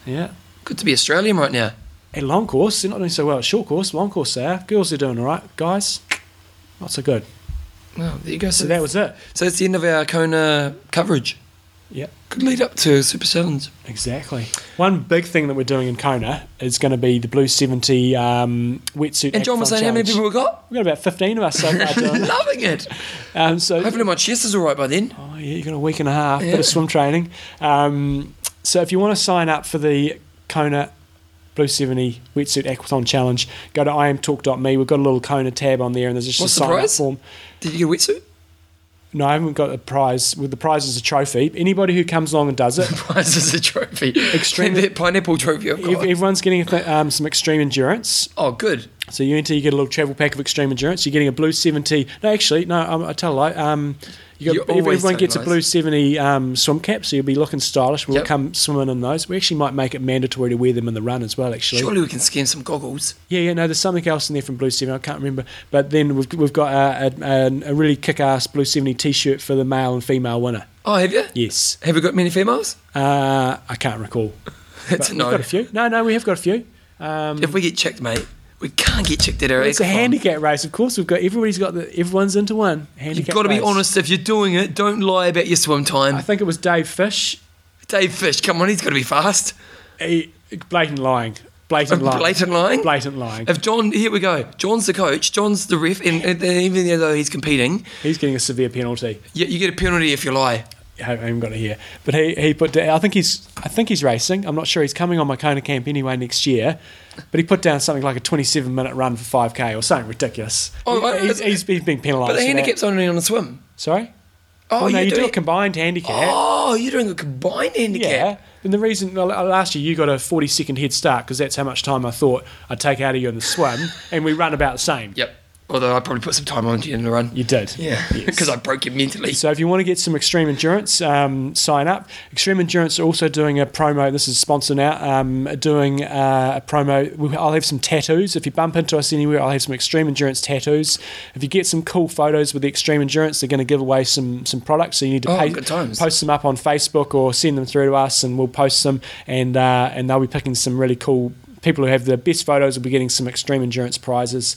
yeah.
Good to be Australian right now.
Hey, long course, they're not doing so well. Short course, long course, they are. Girls, they're doing all right. Guys, not so good.
Well, there you go.
So
So,
that was it.
so it's the end of our Kona coverage.
Yeah,
Could lead up to Super Sevens.
exactly. One big thing that we're doing in Kona is going to be the Blue 70 um, wetsuit.
And John was
hackathon
saying how many
challenge.
people we got?
We've got about 15 of us so far doing it.
Loving it.
Um, so
Hopefully my chest is all right by then.
Oh, yeah, you got a week and a half bit
Yeah.
of swim training. Um, so if you want to sign up for the Kona Blue 70 Wetsuit Aquathon Challenge, go to imtalk.me. We've got a little Kona tab on there, and there's just
What's
a
the
sign up
prize?
form.
Did you get a wetsuit?
No, I haven't got a prize. Well, the prize is a trophy. Anybody who comes along and does it,
Prize is a trophy.
Extremely-
And that pineapple trophy. I've
ev-
got.
everyone's getting a th- um, some extreme endurance.
oh, good.
So you enter, you get a little travel pack of extreme endurance. You're getting a blue 70. No, actually, no, um, I tell a lie. Um, you
You're
got, ev-
always
everyone
so
gets a
nice.
blue 70 um, swim cap, so you'll be looking stylish. We'll
Yep.
come swimming in those. We actually might make it mandatory to wear them in the run as well, actually.
Surely we can scan some goggles.
Yeah, yeah, no, there's something else in there from Blue 70. I can't remember. But then we've, we've got a, a, a really kick ass Blue 70 t shirt for the male and female winner.
Oh, have you?
Yes.
Have we got many females?
Uh, I can't recall.
That's a
We've
no.
got a few. No, no, we have got a few. Um,
If we get checked, mate, we can't get checked at our
it's a
Aquafon.
handicap race, of course. We've got everybody's got the everyone's into one.
You've
Handicap
got to be
race.
honest. If you're doing it, don't lie about your swim
I
time.
think it was Dave Fish.
Dave Fish, come on, he's got to be fast.
He, blatant lying. Blatant
Uh,
lying.
blatant lying? Uh,
Blatant lying.
If John, here we go. John's the coach. John's the ref, and, and even though he's competing,
He's getting a severe penalty.
you, you get a penalty if you lie.
I haven't got it here, but he, he put. Down, I think he's. I think he's racing. I'm not sure. He's coming on my Kona camp anyway next year, but he put down something like a 27 minute run for 5k or something ridiculous.
Oh, I-
He- he's, he's been being penalised.
But the
for that.
handicap's only on the swim.
Sorry.
Oh,
Well, no,
you're
you do
doing,
a combined handicap.
oh, you're doing a combined handicap.
Yeah, and the reason well, uh, last year you got a 40 second head start because that's how much time I thought I'd take out of you in the swim, and we run about the same.
Yep. Although I probably put some time on you in the run.
You did.
Yeah.
Yes.
Because I broke you mentally.
So if you want to get some extreme endurance, um, sign up. Extreme endurance are also doing a promo. This is sponsored now. Um, doing uh, a promo. we- I'll have some tattoos. If you bump into us anywhere, I'll have some extreme endurance tattoos. If you get some cool photos with the extreme endurance, they're going to give away some some products. So you need to
Oh,
pay,
good times.
post them up on Facebook or send them through to us, and we'll post them. And uh, and they'll be picking some really cool people who have the best photos. Will be getting some extreme endurance prizes.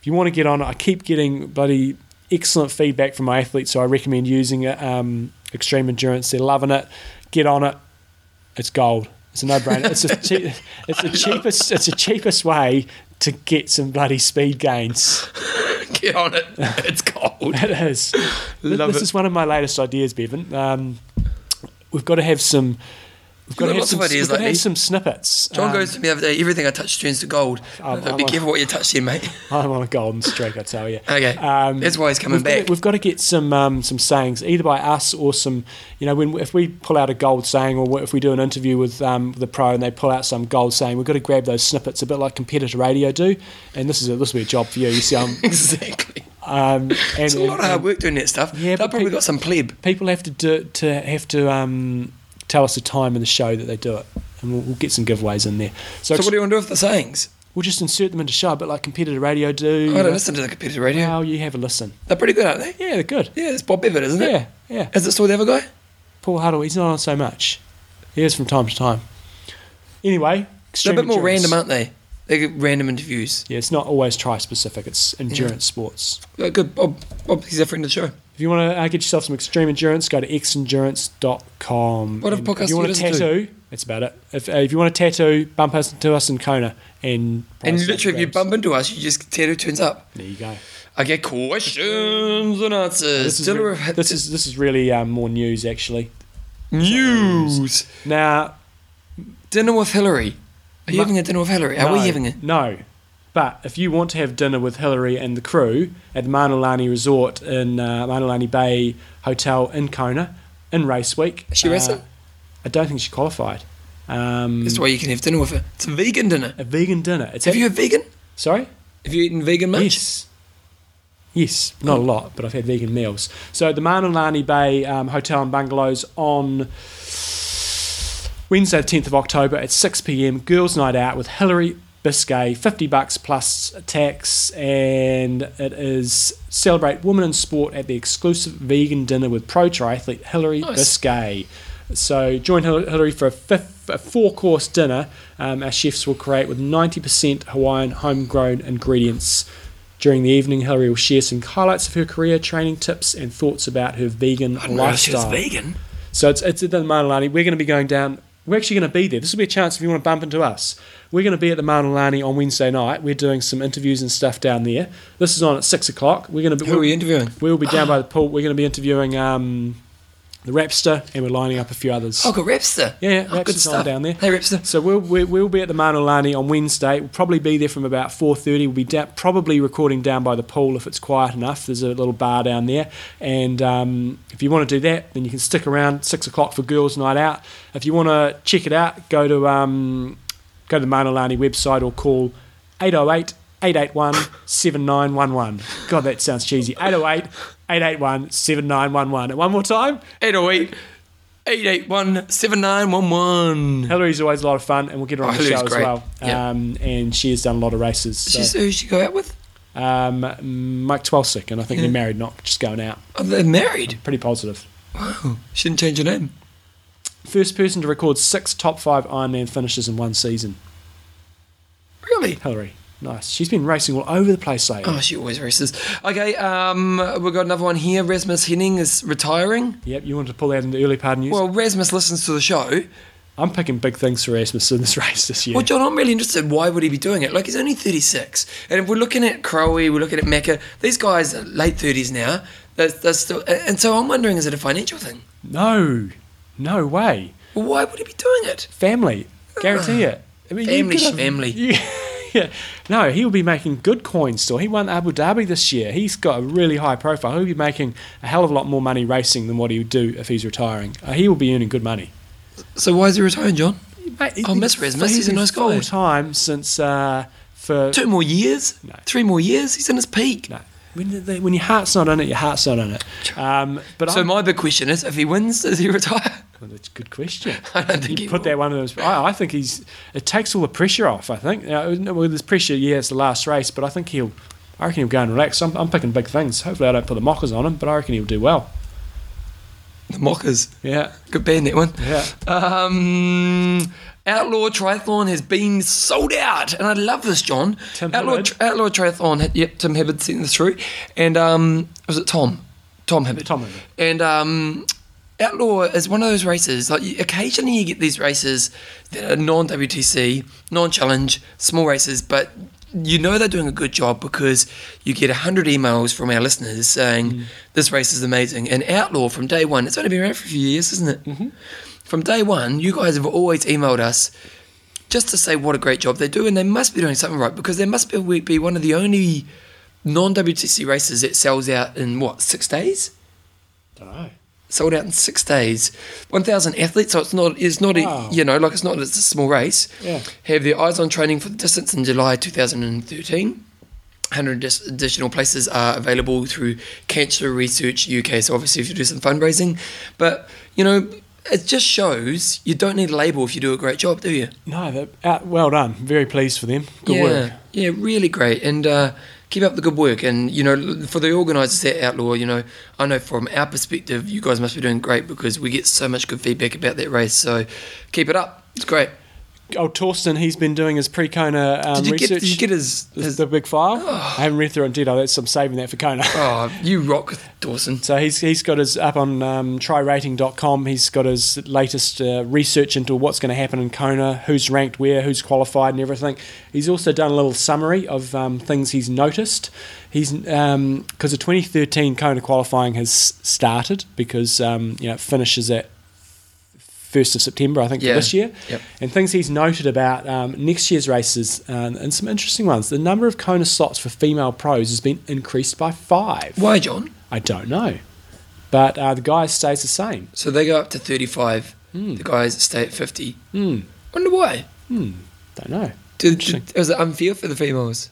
If you want to get on, it, I keep getting bloody excellent feedback from my athletes, so I recommend using it. Um, extreme endurance, they're loving it. Get on it. It's gold. It's a no-brainer. It's a cheap, it's the cheapest. It's the cheapest way to get some bloody speed gains.
Get on it. It's cold.
It is.
Love it.
this is one of my latest ideas, Bevan. Um, we've got to have some. We've got to
got
have
lots of
some,
ideas
we've got to have
lately.
some snippets.
John
Um,
goes to me the other day, everything I touch turns to gold.
I'm-
But
I'm
be
a-
careful what you touch there, mate.
I'm on a golden streak, I tell you. Um,
Okay. That's why he's coming
we've got to-
back.
we've got to get some um, some sayings, either by us or some, you know, when if we pull out a gold saying, or if we do an interview with um, the pro and they pull out some gold saying, we've got to grab those snippets, a bit like competitor radio do. And this is a, this will be a job for you. You see, I'm.
exactly.
Um, and,
It's a lot of hard
and
work doing that stuff.
Yeah,
They've
but
probably
people-
got some pleb.
people have to do to have to um, tell us the time in the show that they do it, and we'll, we'll get some giveaways in there. So,
So what do you want to do with the sayings?
we'll just insert them into show, but like competitor radio do.
I don't listen to the competitor radio.
Well, you have a listen.
They're pretty good, aren't they?
Yeah, they're good.
Yeah, it's Bob Bevitt, isn't it?
Yeah, yeah.
Is it still the other guy?
Paul Huddle, he's not on so much. He is from time to time. Anyway,
They're
extreme
a bit more
endurance.
random, aren't they? They get random interviews.
Yeah, it's not always tri specific. It's endurance sports.
Uh, Good, Bob. Bob, he's a friend of the show.
If you want to uh, get yourself some extreme endurance, go to xendurance.com.
What other
And
podcasts
If you want
do
a
you listen
tattoo, that's about it. If, uh, if you want a tattoo, bump us to us in Kona. And,
And
price
literally, if you
grabs.
bump into us, you just Tato turns up.
There you go.
I get questions and answers.
This is,
Dealer
re-
of-
this is this is really um, more news actually.
news.
Now,
Dinner with Hillary. Are you
Ma-
having a dinner with Hillary? Are
no,
we having it?
No, but if you want to have dinner with Hillary and the crew at Manalani Resort in uh, Manalani Bay Hotel in Kona in race week,
Is she
uh,
racing?
I don't think she qualified. Um,
That's why you can have dinner with her. It's a vegan dinner.
a vegan dinner. It's
Have
at,
you had vegan?
sorry.
Have you eaten vegan much?
Yes. Yes, not a lot, but I've had vegan meals. So the Manalani Bay um, Hotel and Bungalows on Wednesday, the 10th of October at 6 p.m. Girls' Night Out with Hillary Biscay, 50 bucks plus tax, and it is celebrate women in sport at the exclusive vegan dinner with pro triathlete Hillary
Nice.
Biscay. So join Hil- Hillary for a, fifth, a four-course dinner. Um, our chefs will create with 90% Hawaiian homegrown ingredients. During the evening, Hillary will share some highlights of her career, training tips, and thoughts about her vegan
I didn't realize she was
lifestyle.
vegan.
So it's it's at the Manolani. We're going to be going down. We're actually going to be there. This will be a chance if you want to bump into us. We're going to be at the Manolani on Wednesday night. We're doing some interviews and stuff down there. This is on at six o'clock. We're going to be.
Who are we interviewing?
We will be down by the pool. We're going to be interviewing um, the Rapster, and we're lining up a few others.
Oh, got Rapster.
Yeah, yeah,
oh, good
Rapster's on
stuff.
down there.
Hey, Rapster.
So we'll, we'll, we'll be at the Manolani on Wednesday. We'll probably be there from about 4.30. We'll be down, probably recording down by the pool if it's quiet enough. There's a little bar down there. And um, if you want to do that, then you can stick around 6 o'clock for girls' night out. If you want to check it out, go to, um, go to the Manolani website or call 808 881 7911. God, that sounds cheesy. 808 881 7911. And one more time,
808 881 7911.
Hillary's always a lot of fun, and we'll get her on
Oh,
the
Hillary's
show
great.
as well.
Yeah.
Um, and she has done a lot of races.
She's
So.
who she go out with?
Um, Mike Twelsick, and I think they're married, not just going out.
Oh, they're married.
Pretty positive.
Oh. Shouldn't change her name.
First person to record six top five Ironman finishes in one season.
Really?
Hillary, nice. She's been racing all over the place lately.
Oh, she always races. Okay, um, we've got another one here. Rasmus Henning is retiring.
Yep, you wanted to pull out in the early part of news.
Well, Rasmus listens to the show.
I'm picking big things for Erasmus in this race this year.
Well, John, I'm really interested. Why would he be doing it? Like, he's only 36. And if we're looking at Crowe, we're looking at Mecca, these guys are late 30s now. That's, that's still, and so I'm wondering, is it a financial thing?
no, no way.
Well, why would he be doing it?
Family, guarantee it. I mean, you
Family
could have-
schmamly.
you- yeah. No, he'll be making good coins still. He won Abu Dhabi this year. He's got a really high profile. He'll be making a hell of a lot more money racing than what he would do if he's retiring. Uh, he will be earning good money.
So why is he retiring, John?
Mate, he-
Oh, Miss Resmus,
he's
he's a
been
nice guy.
Full time since uh, for
Two more years?
No.
Three more years? He's in his peak.
no. When, the- when your heart's not in it, your heart's not in it. Um, but
So
I'm-
my big question is, if he wins, does he retire?
Well, that's a good question.
I don't think he
you put
will.
that one of those. I, I think he's. It takes all the pressure off. I think. Now, no, well, there's pressure. Yeah, it's the last race, but I think he'll. I reckon he'll go and relax. I'm, I'm picking big things. Hopefully, I don't put the mockers on him, but I reckon he'll do well.
The Mockers.
Yeah,
Good band, that one.
yeah.
Um, Outlaw Triathlon has been sold out, and I love this, John.
Tim
Outlaw,
Hibbard.
Outlaw Triathlon. Yep, Tim Hibbard sent this through, and um, was it Tom? Tom Hibbard.
Tom Hibbert.
And um, Outlaw is one of those races. Like you, occasionally, you get these races that are non-WTC, non-challenge, small races, but you know they're doing a good job because you get hundred emails from our listeners saying this race is amazing. And Outlaw from day one, it's only been around for a few years, isn't it? Mm-hmm. From day one, you guys have always emailed us just to say what a great job they do, and they must be doing something right because they must be, be one of the only non-WTC races that sells out in what six days
Don't know.
sold out in six days. One thousand athletes, so it's not it's not
Wow.
a, you know like it's not it's a small race.
Yeah.
Have their eyes on training for the distance in July 2013. 100 dis- additional places are available through Cancer Research UK. So obviously, if you do some fundraising, but you know, it just shows you don't need a label if you do a great job, do you?
No, that, uh, well done. Very pleased for them. Good
yeah,
work.
yeah, really great. And uh, keep up the good work. And you know, for the organisers at Outlaw, you know, I know from our perspective, you guys must be doing great because we get so much good feedback about that race. So keep it up. It's great.
Old Torsten, he's been doing his pre-Kona um,
Did you
research.
get? Did you get Oh. his?
the,
his
the big file. I haven't read through it in detail. That's I'm saving that for Kona.
oh, you rock, Dawson.
So he's, he's got his up on um, tryrating.com. He's got his latest uh, research into what's going to happen in Kona, who's ranked where, who's qualified, and everything. He's also done a little summary of um, things he's noticed. He's because the 2013 Kona qualifying has started because um, you know it finishes at first of September, I think,
Yeah.
for this year.
Yep.
And things he's noted about um, next year's races um, and some interesting ones. The number of Kona slots for female pros has been increased by five.
Why, John?
I don't know. But uh, the guy stays the same.
So they go up to thirty-five.
Hmm.
The guys stay at fifty. Wonder why?
Don't know.
Did, did, was it unfair for the females?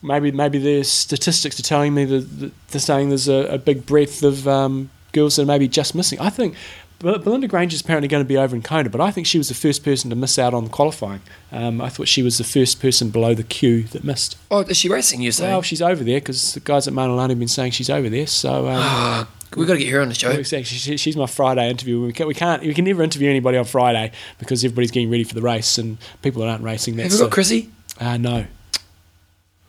Maybe maybe the statistics are telling me that, that they're saying there's a, a big breadth of um, girls that are maybe just missing. I think Bel- Belinda Granger's apparently going to be over in Kona, but I think she was the first person to miss out on qualifying. Um, I thought she was the first person below the queue that missed.
Oh, is she racing? You say?
Well, she's over there because the guys at Manolani have been saying she's over there. So um,
Ah, we got to get her on the show.
we say she- she- she's my Friday interview. We can't, we can't we can never interview anybody on Friday because everybody's getting ready for the race and people that aren't racing.
Have
That's
we
the-
got Chrissy?
Uh, no.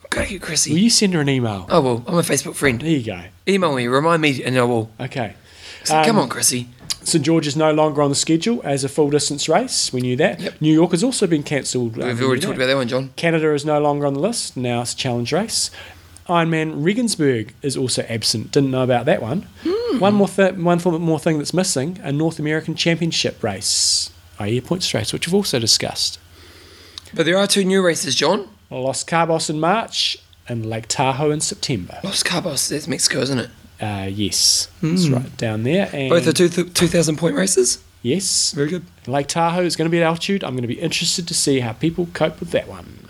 Gotta get Chrissy.
Will you send her an email?
Oh well, I'm a Facebook friend.
There you go.
Email me, remind me, and I will.
Okay.
So
Um,
come on, Chrissy.
St George is no longer on the schedule as a full distance race. We knew that.
Yep.
New York has also been cancelled. uh, we
We've
knew
already
that.
talked about that one, John.
Canada is no longer on the list. Now it's a challenge race. Ironman Regensburg is also absent. Didn't know about that one.
Hmm.
One more th- one th- more thing that's missing: a North American Championship race, i.e., a points race, which we've also discussed.
But there are two new races, John.
Los Cabos in March and Lake Tahoe in September.
Los Cabos, that's Mexico, isn't it?
Uh, yes, it's right down there. And
Hmm. Both are two th- 2,000 point races.
Yes,
Very good.
Lake Tahoe is going to be at altitude. I'm going to be interested to see how people cope with that one.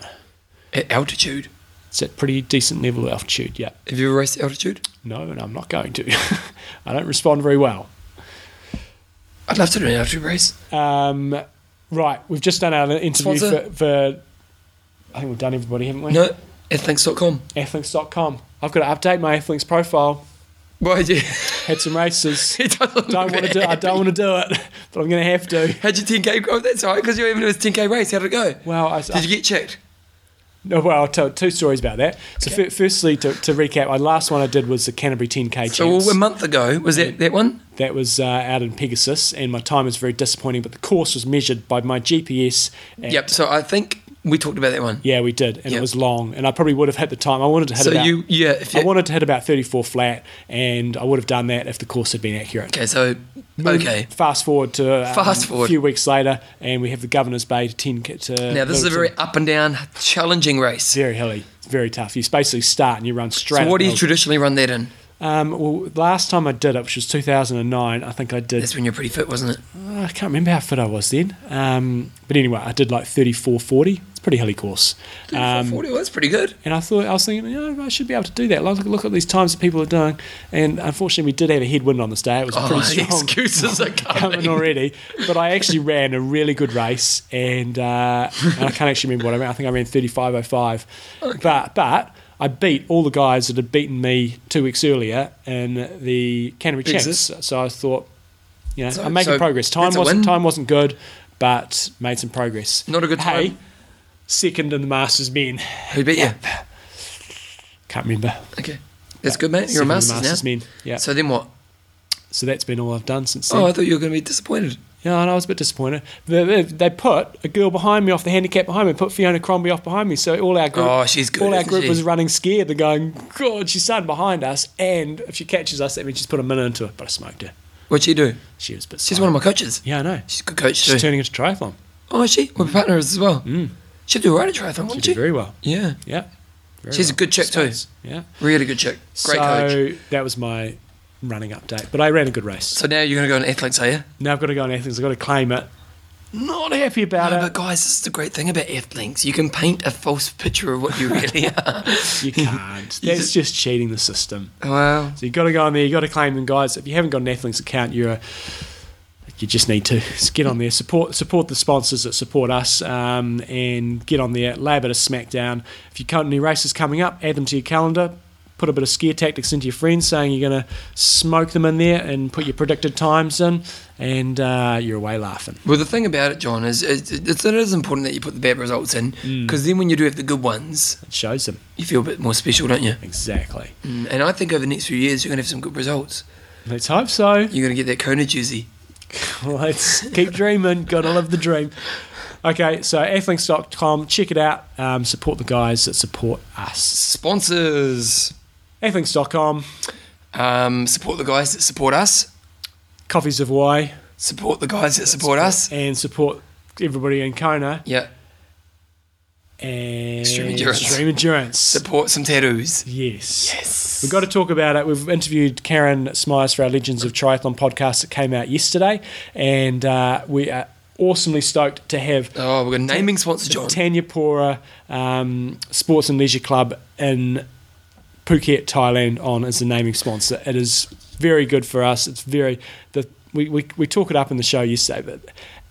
At altitude.
It's at pretty decent level of altitude. Yeah.
Have you ever raced at altitude?
No, and I'm not going to. I don't respond very well.
I'd love to do an altitude race.
Um, right, we've just done our interview
Sponsor?
for, for. I think we've done everybody, haven't we?
No, athlinks.com.
Athlinks.com. I've got to update my Athlinks profile.
Why yeah.
Had some races.
it doesn't look
don't want
bad.
to do. I don't want to do it, but I'm going to have to.
How'd your 10k? Oh, that's all right, because you haven't done a 10k race. How'd it go?
Well, I,
Did you get checked?
No, Oh, well, I'll tell two stories about that. So,
Okay.
fir- firstly, to, to recap, my last one I did was the Canterbury 10K
So
Champs.
a month ago, was that that one?
that was uh, out in Pegasus, and my time was very disappointing. But the course was measured by my GPS. At,
Yep. So I think we talked about that one.
Yeah, we did, and it
Yep.
was long, and I probably would have hit the time. I wanted to hit
So
about,
you, yeah. If
I
you,
wanted to hit about 34 flat, and I would have done that if the course had been accurate.
okay. So okay.
Fast forward to um,
Fast forward.
a few weeks later, and we have the Governor's Bay 10 kit. To
Now this is a very up and down, challenging race.
very hilly. It's very tough. You basically start and you run straight.
So
up
what do you
hill.
traditionally run that in?
Um, well, last time I did it, which was 2009, I think I did.
That's when you're pretty fit, wasn't it?
I can't remember how fit I was then. Um, but anyway, I did like 34.40. It's a pretty hilly course. Um,
40. Well, that's pretty good.
and I thought I was thinking, you know, I should be able to do that. Look, look at these times that people are doing. And unfortunately, we did have a headwind on this day. It was
Oh,
pretty
the
strong.
excuses are
Coming
coming.
already, Um, but I actually ran a really good race, and, uh, and I can't actually remember what I ran. I think I ran thirty five oh five, but but I beat all the guys that had beaten me two weeks earlier in the Canterbury
Exist.
Champs. So I thought, you know,
So-
I'm making
so
progress. Time
that's a win.
wasn't time wasn't good, but made some progress.
Not a good
Hey,
time.
second in the Masters men.
Who beat you?
Can't remember.
Okay. That's good, mate. You're a
Second in the
Masters,
Masters
now.
men. Yeah. So,
So then what?
that's been all I've done since then.
Oh, I thought you were going to be disappointed.
Yeah, and I was a bit disappointed. They, they, they put a girl behind me off the handicap behind me, put Fiona Crombie off behind me. So all our group,
Oh, she's good,
all our
isn't
group
she?
was running scared. They're going, God, she's starting behind us. And if she catches us, that means she's put a minute into it. But I smoked her.
What'd she do?
She was a bit.
She's
slow.
one of my coaches.
Yeah, I know.
She's a good coach
She's
too.
turning into triathlon.
Oh, is she? Well, my partner is as well.
Mm.
She'd do all right at triathlon,
She
wouldn't
did
she?
very well.
Yeah.
Yeah, very
She's a
well.
good chick too.
Space. Yeah,
Really good chick. Great
so
coach.
that was my running update. But I ran a good race.
So now you're going to go on athletics, are you?
Now I've got to go on Athens. I've got to claim it. Not happy
No,
about
but guys, this is the great thing about athletes. You can paint a false picture of what you really are.
it. You can't.
You
That's just cheating the system.
Oh, Wow.
So you've got to go on there. You've got to claim them, guys. If you haven't got an Athlinks account, you're a, you just need to get on there. Support support the sponsors that support us, um, and get on there. Lay a bit of smackdown. If you can't any races coming up, add them to your calendar. Put a bit of scare tactics into your friends, saying you're going to smoke them in there and put your predicted times in, and uh, you're away laughing.
Well, the thing about it, John, is it's, it's, it is important that you put the bad results in because then when you do have the good ones,
It shows them
you feel a bit more special, don't you?
exactly.
Mm, And I think over the next few years, you're going to have some good results.
Let's hope so.
You're going to get that Kona juicy.
Let's keep dreaming. Gotta love the dream. Okay, so athlinks.com, check it out. Um, support the guys that support us.
Sponsors.
Athlinks.com,
Um, support the guys that support us.
Coffees of Hawaii,
Support the guys that support us.
and support everybody in Kona
Yeah.
and
Extreme Endurance.
Extreme Endurance.
Support some tattoos.
yes.
Yes.
We've got to talk about it. We've interviewed Karen Smyers for our Legends of Triathlon podcast that came out yesterday, and uh, we are awesomely stoked to have
Oh, we've got naming sponsor, John.
Tanya Pora um, Sports and Leisure Club in Phuket, Thailand, on as the naming sponsor. It is very good for us. It's very the we, we, we talk it up in the show yesterday, but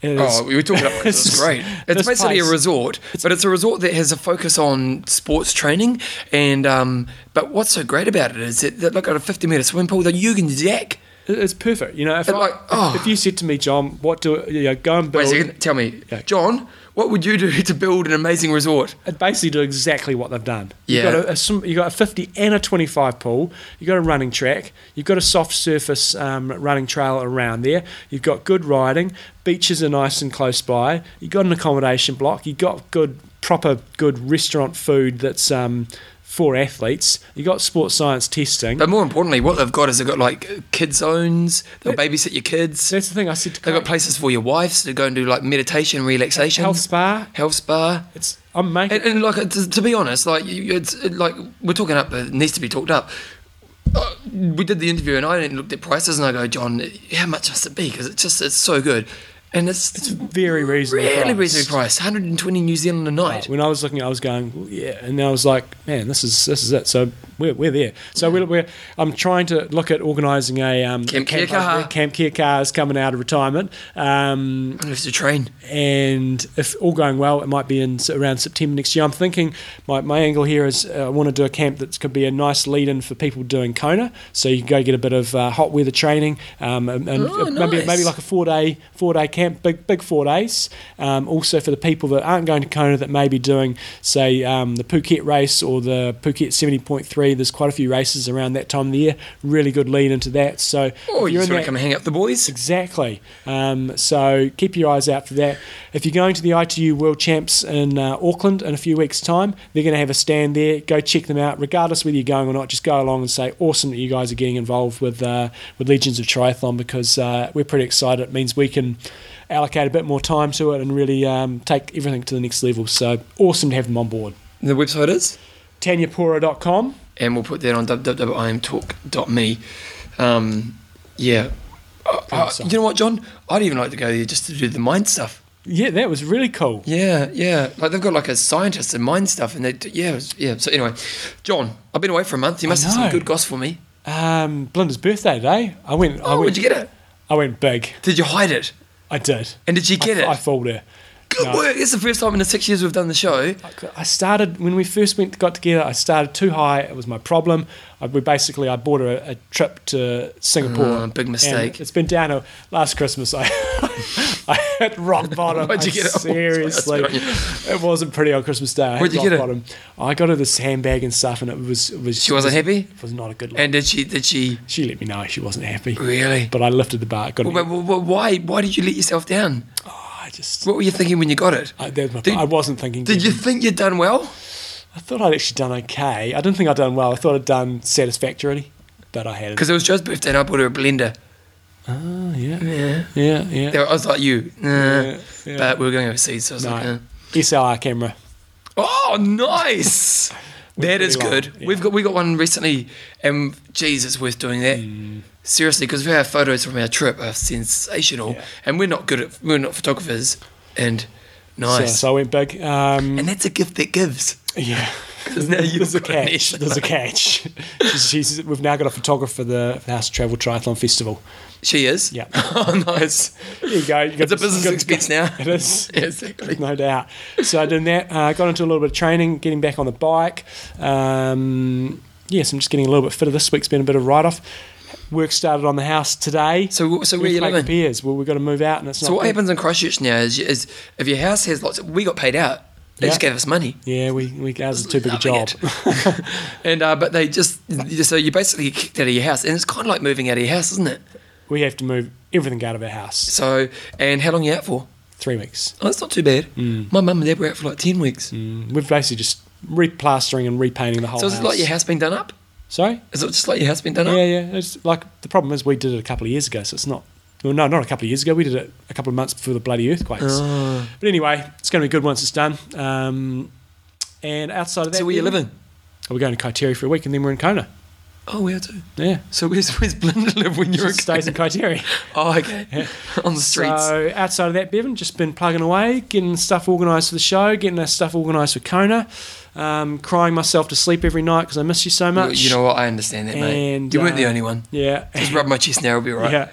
it is,
Oh, we were talking about this. It's great. It's
this
basically a
place-
resort, but it's a resort that has a focus on sports training. And um, but what's so great about it is that, that look at a fifty meter swim pool that you can deck.
it- it's perfect. You know, if,
It
I-
like- oh.
if you said to me, John, what do you know, go
Wait
and build?
a second, tell me,
Yeah.
John, What would you do to build an amazing resort?
It basically do exactly what they've done.
Yeah.
You've got a- a, sm- you got a 50 and a 25 pool. You've got a running track. You've got a soft surface um, running trail around there. You've got good riding. Beaches are nice and close by. You've got an accommodation block. You've got good, proper, good restaurant food that's um, for athletes. You've got sports science testing.
But more importantly, what they've got is they've got like kid zones. They'll babysit your kids.
so that's the thing I said to
They've got
Craig.
places for your wives to go and do like meditation, relaxation,
Health spa.
health spa.
It's I'm making
And, and like to, to be honest, like you- you- it's it, like we're talking up, but it needs to be talked up. Uh, we did the interview, and I didn't look at prices, and I go, John, how much must it be? Because it's just it's so good, and it's it's
very reasonable.
really
price. Oh,
reasonably priced, 120 New Zealand a night.
When I was looking, I was going, "Well, yeah, and then I was like, man, this is this is it. So we're, we're there. So we're, we're I'm trying to look at organising a um,
Camp Kia
a
Kaha.
Camp Kia Car is coming out of retirement, um,
I'm gonna have to train.
and if all going well, it might be in s- around September next year. I'm thinking my, my angle here is uh, I want to do a camp that could be a nice lead-in for people doing Kona, so you can go get a bit of uh, hot weather training, um, and, and
Oh,
maybe
nice.
maybe like a four-day four-day camp, big big four days. Um, also for the people that aren't going to Kona that may be doing say um, the Phuket race or the Phuket 70.3. There's quite a few races around that time of the year. Really good lead into that. So if
Or Oh, you
Oh, you're in
just want
that-
to come hang out with the boys?
Exactly. Um, so keep your eyes out for that. If you're going to the ITU World Champs in uh, Auckland in a few weeks' time, they're going to have a stand there. Go check them out, regardless whether you're going or not. Just go along and say, "Awesome that you guys are getting involved with uh, with Legends of Triathlon," because uh, we're pretty excited. It means we can allocate a bit more time to it and really um, take everything to the next level. So awesome to have them on board.
The website is.
TanyaPora.com.
and we'll put that on www.imtalk.me. Um, yeah. Uh, uh, you know what, John? I'd even like to go there just to do the mind stuff.
Yeah, that was really cool.
Yeah, yeah. Like they've got like a scientist in mind stuff, and they do, yeah, it's- yeah. So anyway, John, I've been away for a month. You must have some
know.
good goss for me.
Um, Belinda's birthday today. I went. I
Oh,
went.
where'd you get it?
I went big.
Did you hide it?
I did.
And did you get
I,
it?
I fooled her.
good
No.
work. It's the first time in the six years we've done the show.
I started when we first went got together. I started too high. It was my problem. I, we basically I bought her a, a trip to Singapore.
Oh, big
and
mistake.
it's been downhill. Last Christmas I I hit rock bottom.
Why'd you
I
get it?
Seriously,
That's
it wasn't pretty on Christmas Day. I hit
Where'd you
rock
get it?
bottom. I got her this handbag and stuff, and it was it was
She wasn't
it was,
happy.
It was not a good look.
And did she? Did she
she let me know she wasn't happy.
really?
But I lifted the bar. Got it.
Well, well, well, why? Why did you let yourself down?
Oh, I just.
What were you thinking when you got it?
I, that was my,
Did-
I wasn't thinking.
Did you think you'd done well?
I thought I'd actually done okay. I didn't think I'd done well. I thought I'd done satisfactorily, but I hadn't.
Because it was Joe's birthday and I bought her a blender.
Oh, yeah.
Yeah.
Yeah, yeah.
I was like, you. Nah.
yeah.
But we were going overseas, so I was like, eh.
no. SLR camera.
oh, nice. that
pretty
is
well,
good.
yeah.
We've got we got one recently, and geez, it's worth doing that.
Mm.
Seriously, because our photos from our trip are sensational,
Yeah.
and we're not good at we're not photographers, and
So,
nice.
so I went big. Um,
and that's a gift that gives.
yeah.
'Cause now you've
There's a
got an
catch.
issue.
There's a catch. she's, she's, we've now got a photographer for the for the House of Travel Triathlon Festival.
She is.
Yeah.
oh, nice.
There you go. You got
It's a
this-
business
got-
expense now.
It is.
Yeah, exactly.
No doubt. So I did that. I uh, got into a little bit of training, getting back on the bike. Um, yes, I'm just getting a little bit fitter. This week's been a bit of write off. Work started on the house today.
So so where are you
Earthquake
living?
appears. Well, we've got to move out, and it's not.
So what
good.
happens in Christchurch now is, is if your house has lots, we got paid out. They just
Yeah.
gave us money,
Yeah, we we ours is too big a
Loving
job.
and uh, but they just so you basically get kicked out of your house, and it's kind of like moving out of your house, isn't it?
we have to move everything out of our house.
So and how long are you out for?
Three weeks.
Oh, that's not too bad.
Hmm.
My mum and dad were out for like ten weeks.
Mm, We're basically just replastering and repainting the whole.
So is
house.
it like your house been done up?
Sorry.
Is it just like your house been done
Oh, Yeah,
up?
yeah. It's like the problem is we did it a couple of years ago, so it's not. Well, no, not a couple of years ago. We did it a couple of months before the bloody earthquakes.
Ah.
But anyway, it's going to be good once it's done. Um, and outside of that,
So where you
then-
living?
We're going to Kaiteri for a week, and then we're in Kona.
Oh, we are too.
Yeah,
So where's where's Belinda live when you're
She
in
stays in Kaiteri.
Oh, okay. On the streets.
So outside of that, Bevan, just been plugging away, getting stuff organised for the show, getting our stuff organised for Kona, um, crying myself to sleep every night because I miss you so
You-
much.
you know what? I understand that, mate.
And,
you weren't the
uh,
only one.
Yeah.
Just rub my chest now, it'll be all right.
Yeah.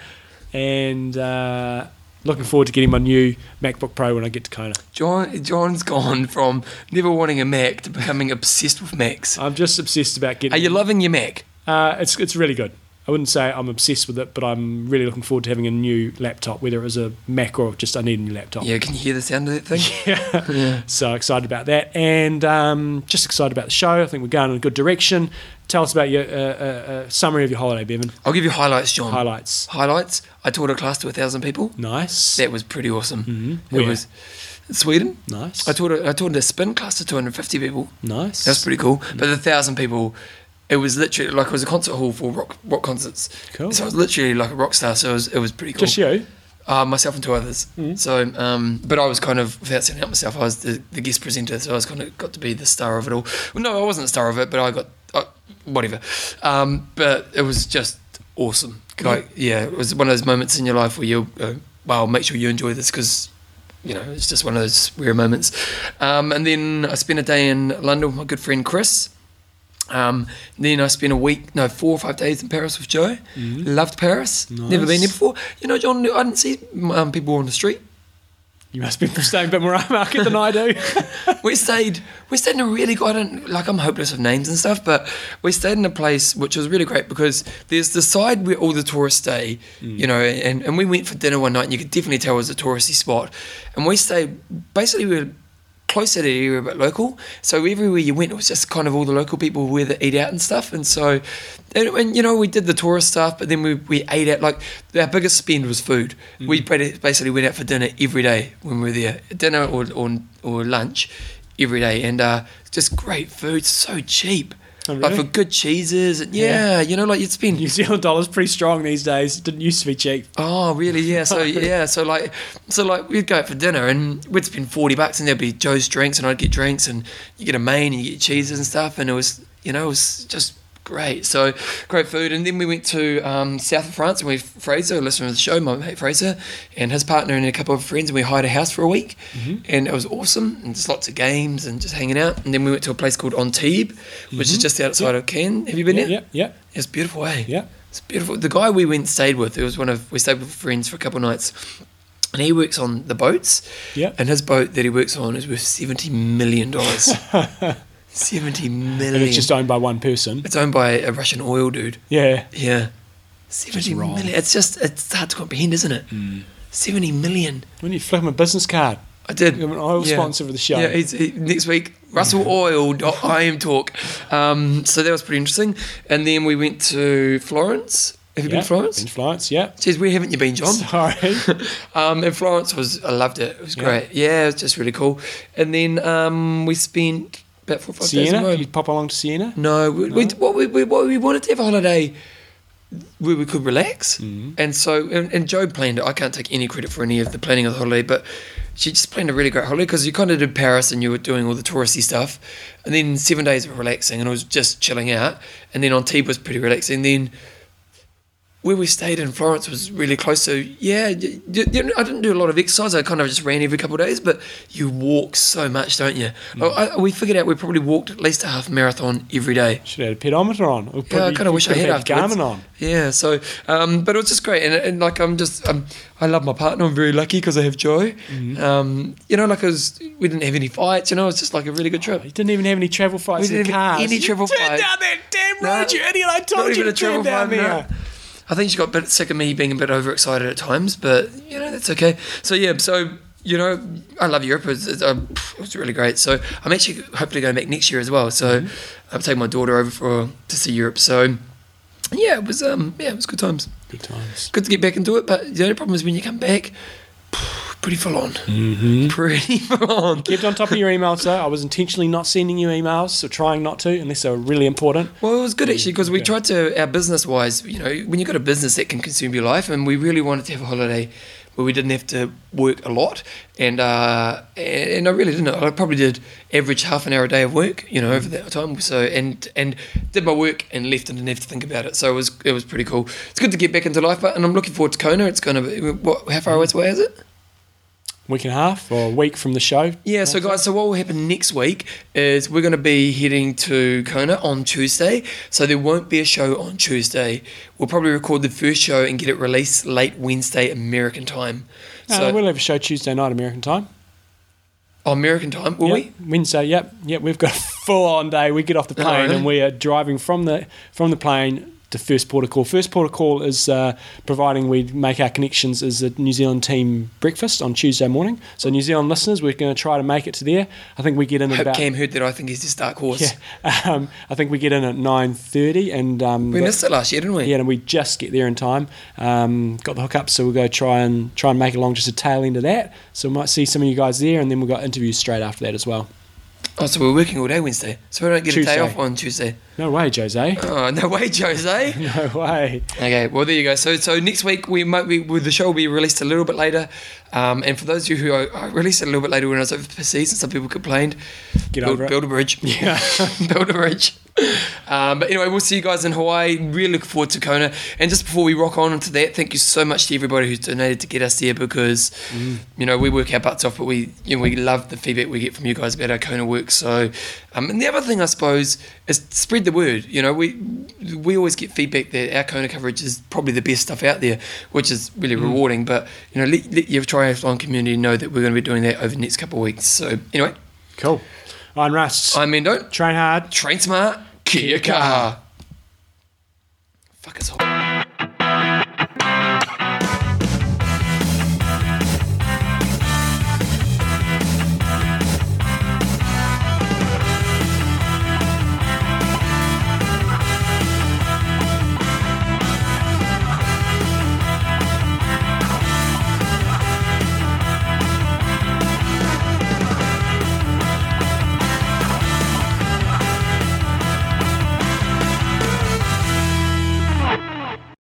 And uh, looking forward to getting my new MacBook Pro when I get to Kona.
John, John's gone from never wanting a Mac to becoming obsessed with Macs.
I'm just obsessed about
Are
getting.
you loving your Mac?
uh, it's it's really good. I wouldn't say I'm obsessed with it, but I'm really looking forward to having a new laptop, whether it was a Mac or just I need a new laptop.
Oh. Yeah, can you hear the sound of that thing?
Yeah. So excited about that, and um, just excited about the show. I think we're going in a good direction. Tell us about your uh, uh, uh, summary of your holiday, Bevan.
I'll give you highlights, John.
Highlights.
Highlights. I taught a class to a thousand people.
Nice.
That was pretty awesome. Mm-hmm.
Where?
It was Sweden.
nice.
I taught a, I taught a spin class to 250 people.
nice.
That's pretty cool.
Mm-hmm.
But the thousand people, it was literally like it was a concert hall for rock rock concerts.
Cool.
So I was literally like a rock star. So it was, it was pretty cool.
Just you.
Uh, myself and two others. So, um, but I was kind of without setting out myself. I was the, the guest presenter, so I was kind of got to be the star of it all. Well, no, I wasn't the star of it, but I got uh, whatever. Um, but it was just awesome. Like, yeah, it was one of those moments in your life where you, uh, well, make sure you enjoy this because. You know, it's just one of those rare moments. Um, and then I spent a day in London with my good friend Chris. Um, then I spent a week, no, four or five days in Paris with Joe. Loved Paris. Never been there
Nice.
before. You know, John, I didn't see um, people on the street.
You must be from staying a bit more out of market than I do.
We stayed, we stayed in a really good, I don't, like, I'm hopeless of names and stuff, but we stayed in a place which was really great because there's the side where all the tourists stay, you know, and, and we went for dinner one night and you could definitely tell it was a touristy spot. And we stayed, basically, we were close to the area but local. So everywhere you went, it was just kind of all the local people where they eat out and stuff. And so, and, and you know, we did the tourist stuff, but then we, we ate out. Like our biggest spend was food. We ba- basically went out for dinner every day when we were there, dinner or or, or lunch every day, and uh, just great food, so cheap.
Oh,
Like for
really?
good cheeses, and yeah, you know, like you'd spend
New Zealand dollar's pretty strong these days. Didn't used to be cheap.
Oh, really? Yeah. So yeah. So like, so like, we'd go out for dinner and we'd spend forty bucks, and there'd be Joe's drinks, and I'd get drinks, and you get a main, and you get cheeses and stuff, and it was, you know, it was just great. So great food, and then we went to um, south of France, and we Fraser, a listener of the show, my mate Fraser, and his partner and a couple of friends, and we hired a house for a week,
Mm-hmm.
and it was awesome, and just lots of games and just hanging out, and then we went to a place called Antibes, which is just outside of Cannes. Have you been
Mm-hmm. Yeah,
there?
yeah, yeah.
It's beautiful, eh?
Yeah.
It's beautiful. The guy we went and stayed with, it was one of we stayed with friends for a couple of nights, and he works on the boats.
Yeah.
And his boat that he works on is worth seventy million dollars. seventy million.
And it's just owned by one person.
It's owned by a Russian oil dude.
Yeah.
Yeah. Seventy million.
wrong. Mm.
It's just it's hard to comprehend, isn't it? Seventy million.
When you flip him a business card.
I did.
You're an oil sponsor for the show.
Yeah, he's, he, next week, Russell Oil. I am talk. Um, so that was pretty interesting. And then we went to Florence. Have you
yeah.
been to Florence?
In Florence, yeah.
Jeez, where haven't you been, John?
Sorry.
Um, and Florence was, I loved it. It was
Yeah.
great. Yeah, it was just really cool. And then um, we spent about four or five days in
Siena.
Rome.
You'd pop along to Siena.
No, we, we, what we, we, what we wanted to have a holiday where we could relax. And so, and, and Joe planned it. I can't take any credit for any of the planning of the holiday, but she just planned a really great holiday because you kind of did Paris and you were doing all the touristy stuff. And then seven days of relaxing and it was just chilling out. And then Antibes was pretty relaxing. And then where we stayed in Florence was really close. So yeah, y- y- you know, I didn't do a lot of exercise. I kind of just ran every couple of days, but you walk so much, don't you? Oh, I, we figured out we probably walked at least a half marathon every day.
Should have had a pedometer on. Or
Yeah, I
probably-
kind of wish I
could
had
have a
afterwards.
Garmin on.
Yeah, so, um, but it was just great, and, and like I'm just, um, I love my partner. I'm very lucky because I have Joe. Um, you know, like I was, we didn't have any fights. You know, it was just like a really good trip.
You didn't even have any travel
We
fights in
didn't
the
have
cars.
any
You
travel
Turn
fights.
down that damn
No,
road, you idiot! I told you to turn down
no.
there.
I think she got a bit sick of me being a bit overexcited at times, but you know that's okay. So yeah, so you know I love Europe. It's, it's, um, it was really great. So I'm actually hopefully going back next year as well. So I'm taking my daughter over for to see Europe. So yeah, it was um yeah it was good times.
Good times.
Good to get back into it, but the only problem is when you come back, pretty full on. Mm-hmm. Pretty full on.
Kept on top of your emails though. I was intentionally not sending you emails, or trying not to, unless they were really important.
Well, it was good actually because we
okay.
tried to, our business wise, you know, when you've got a business that can consume your life, and we really wanted to have a holiday where we didn't have to work a lot. And uh, and and I really didn't. I probably did average half an hour a day of work, you know, over that time. So, and and did my work and left and didn't have to think about it. So it was it was pretty cool. It's good to get back into life, but, and I'm looking forward to Kona. It's going to be, what, how far away is it?
Week and a half or a week from the show.
Yeah, so guys, so what will happen next week is we're going to be heading to Kona on Tuesday. So there won't be a show on Tuesday. We'll probably record the first show and get it released late Wednesday American time.
No,
so
Uh, we'll have a show Tuesday night American time.
oh, American time, will
Yep.
we?
Wednesday, yep, yep. We've got a full on day. We get off the plane
really?
and we are driving from the from the plane to first port of call. First port of call is uh, providing we make our connections is the New Zealand team breakfast on Tuesday morning. So New Zealand listeners, we're going to try to make it to there. I think we get in at
Hope
about
Cam heard that. I think he's just dark horse.
yeah. Um, I think we get in at nine thirty, and um,
We
that-
missed it last year, didn't we?
yeah, and we just get there in time. Um, got the hookup, so we'll go try and try and make it along just the tail end of that. So we might see some of you guys there, and then we've got interviews straight after that as well.
Oh, so we're working all day Wednesday. So we don't get a
Tuesday.
day off on Tuesday.
No way, Jose.
Oh, no way, Jose.
No way.
Okay, well there you go. So so next week we might be well, the show will be released a little bit later, um, and for those of you who I, I released it a little bit later when I was overseas and some people complained,
Get
build,
over it.
build a bridge,
Yeah.
build a bridge. Um, but anyway, we'll see you guys in Hawaii. Really looking forward to Kona. And just before we rock on into that, thank you so much to everybody who's donated to get us there because you know we work our butts off, but we you know we love the feedback we get from you guys about our Kona work. So um, and the other thing I suppose is spread the word. You know we we always get feedback that our Kona coverage is probably the best stuff out there, which is really rewarding. But you know let, let your triathlon community know that we're going to be doing that over the next couple of weeks. So anyway,
Cool. On Rust.
I'm Mendo.
Train hard.
Train smart. Kia kaha. Fuck us all.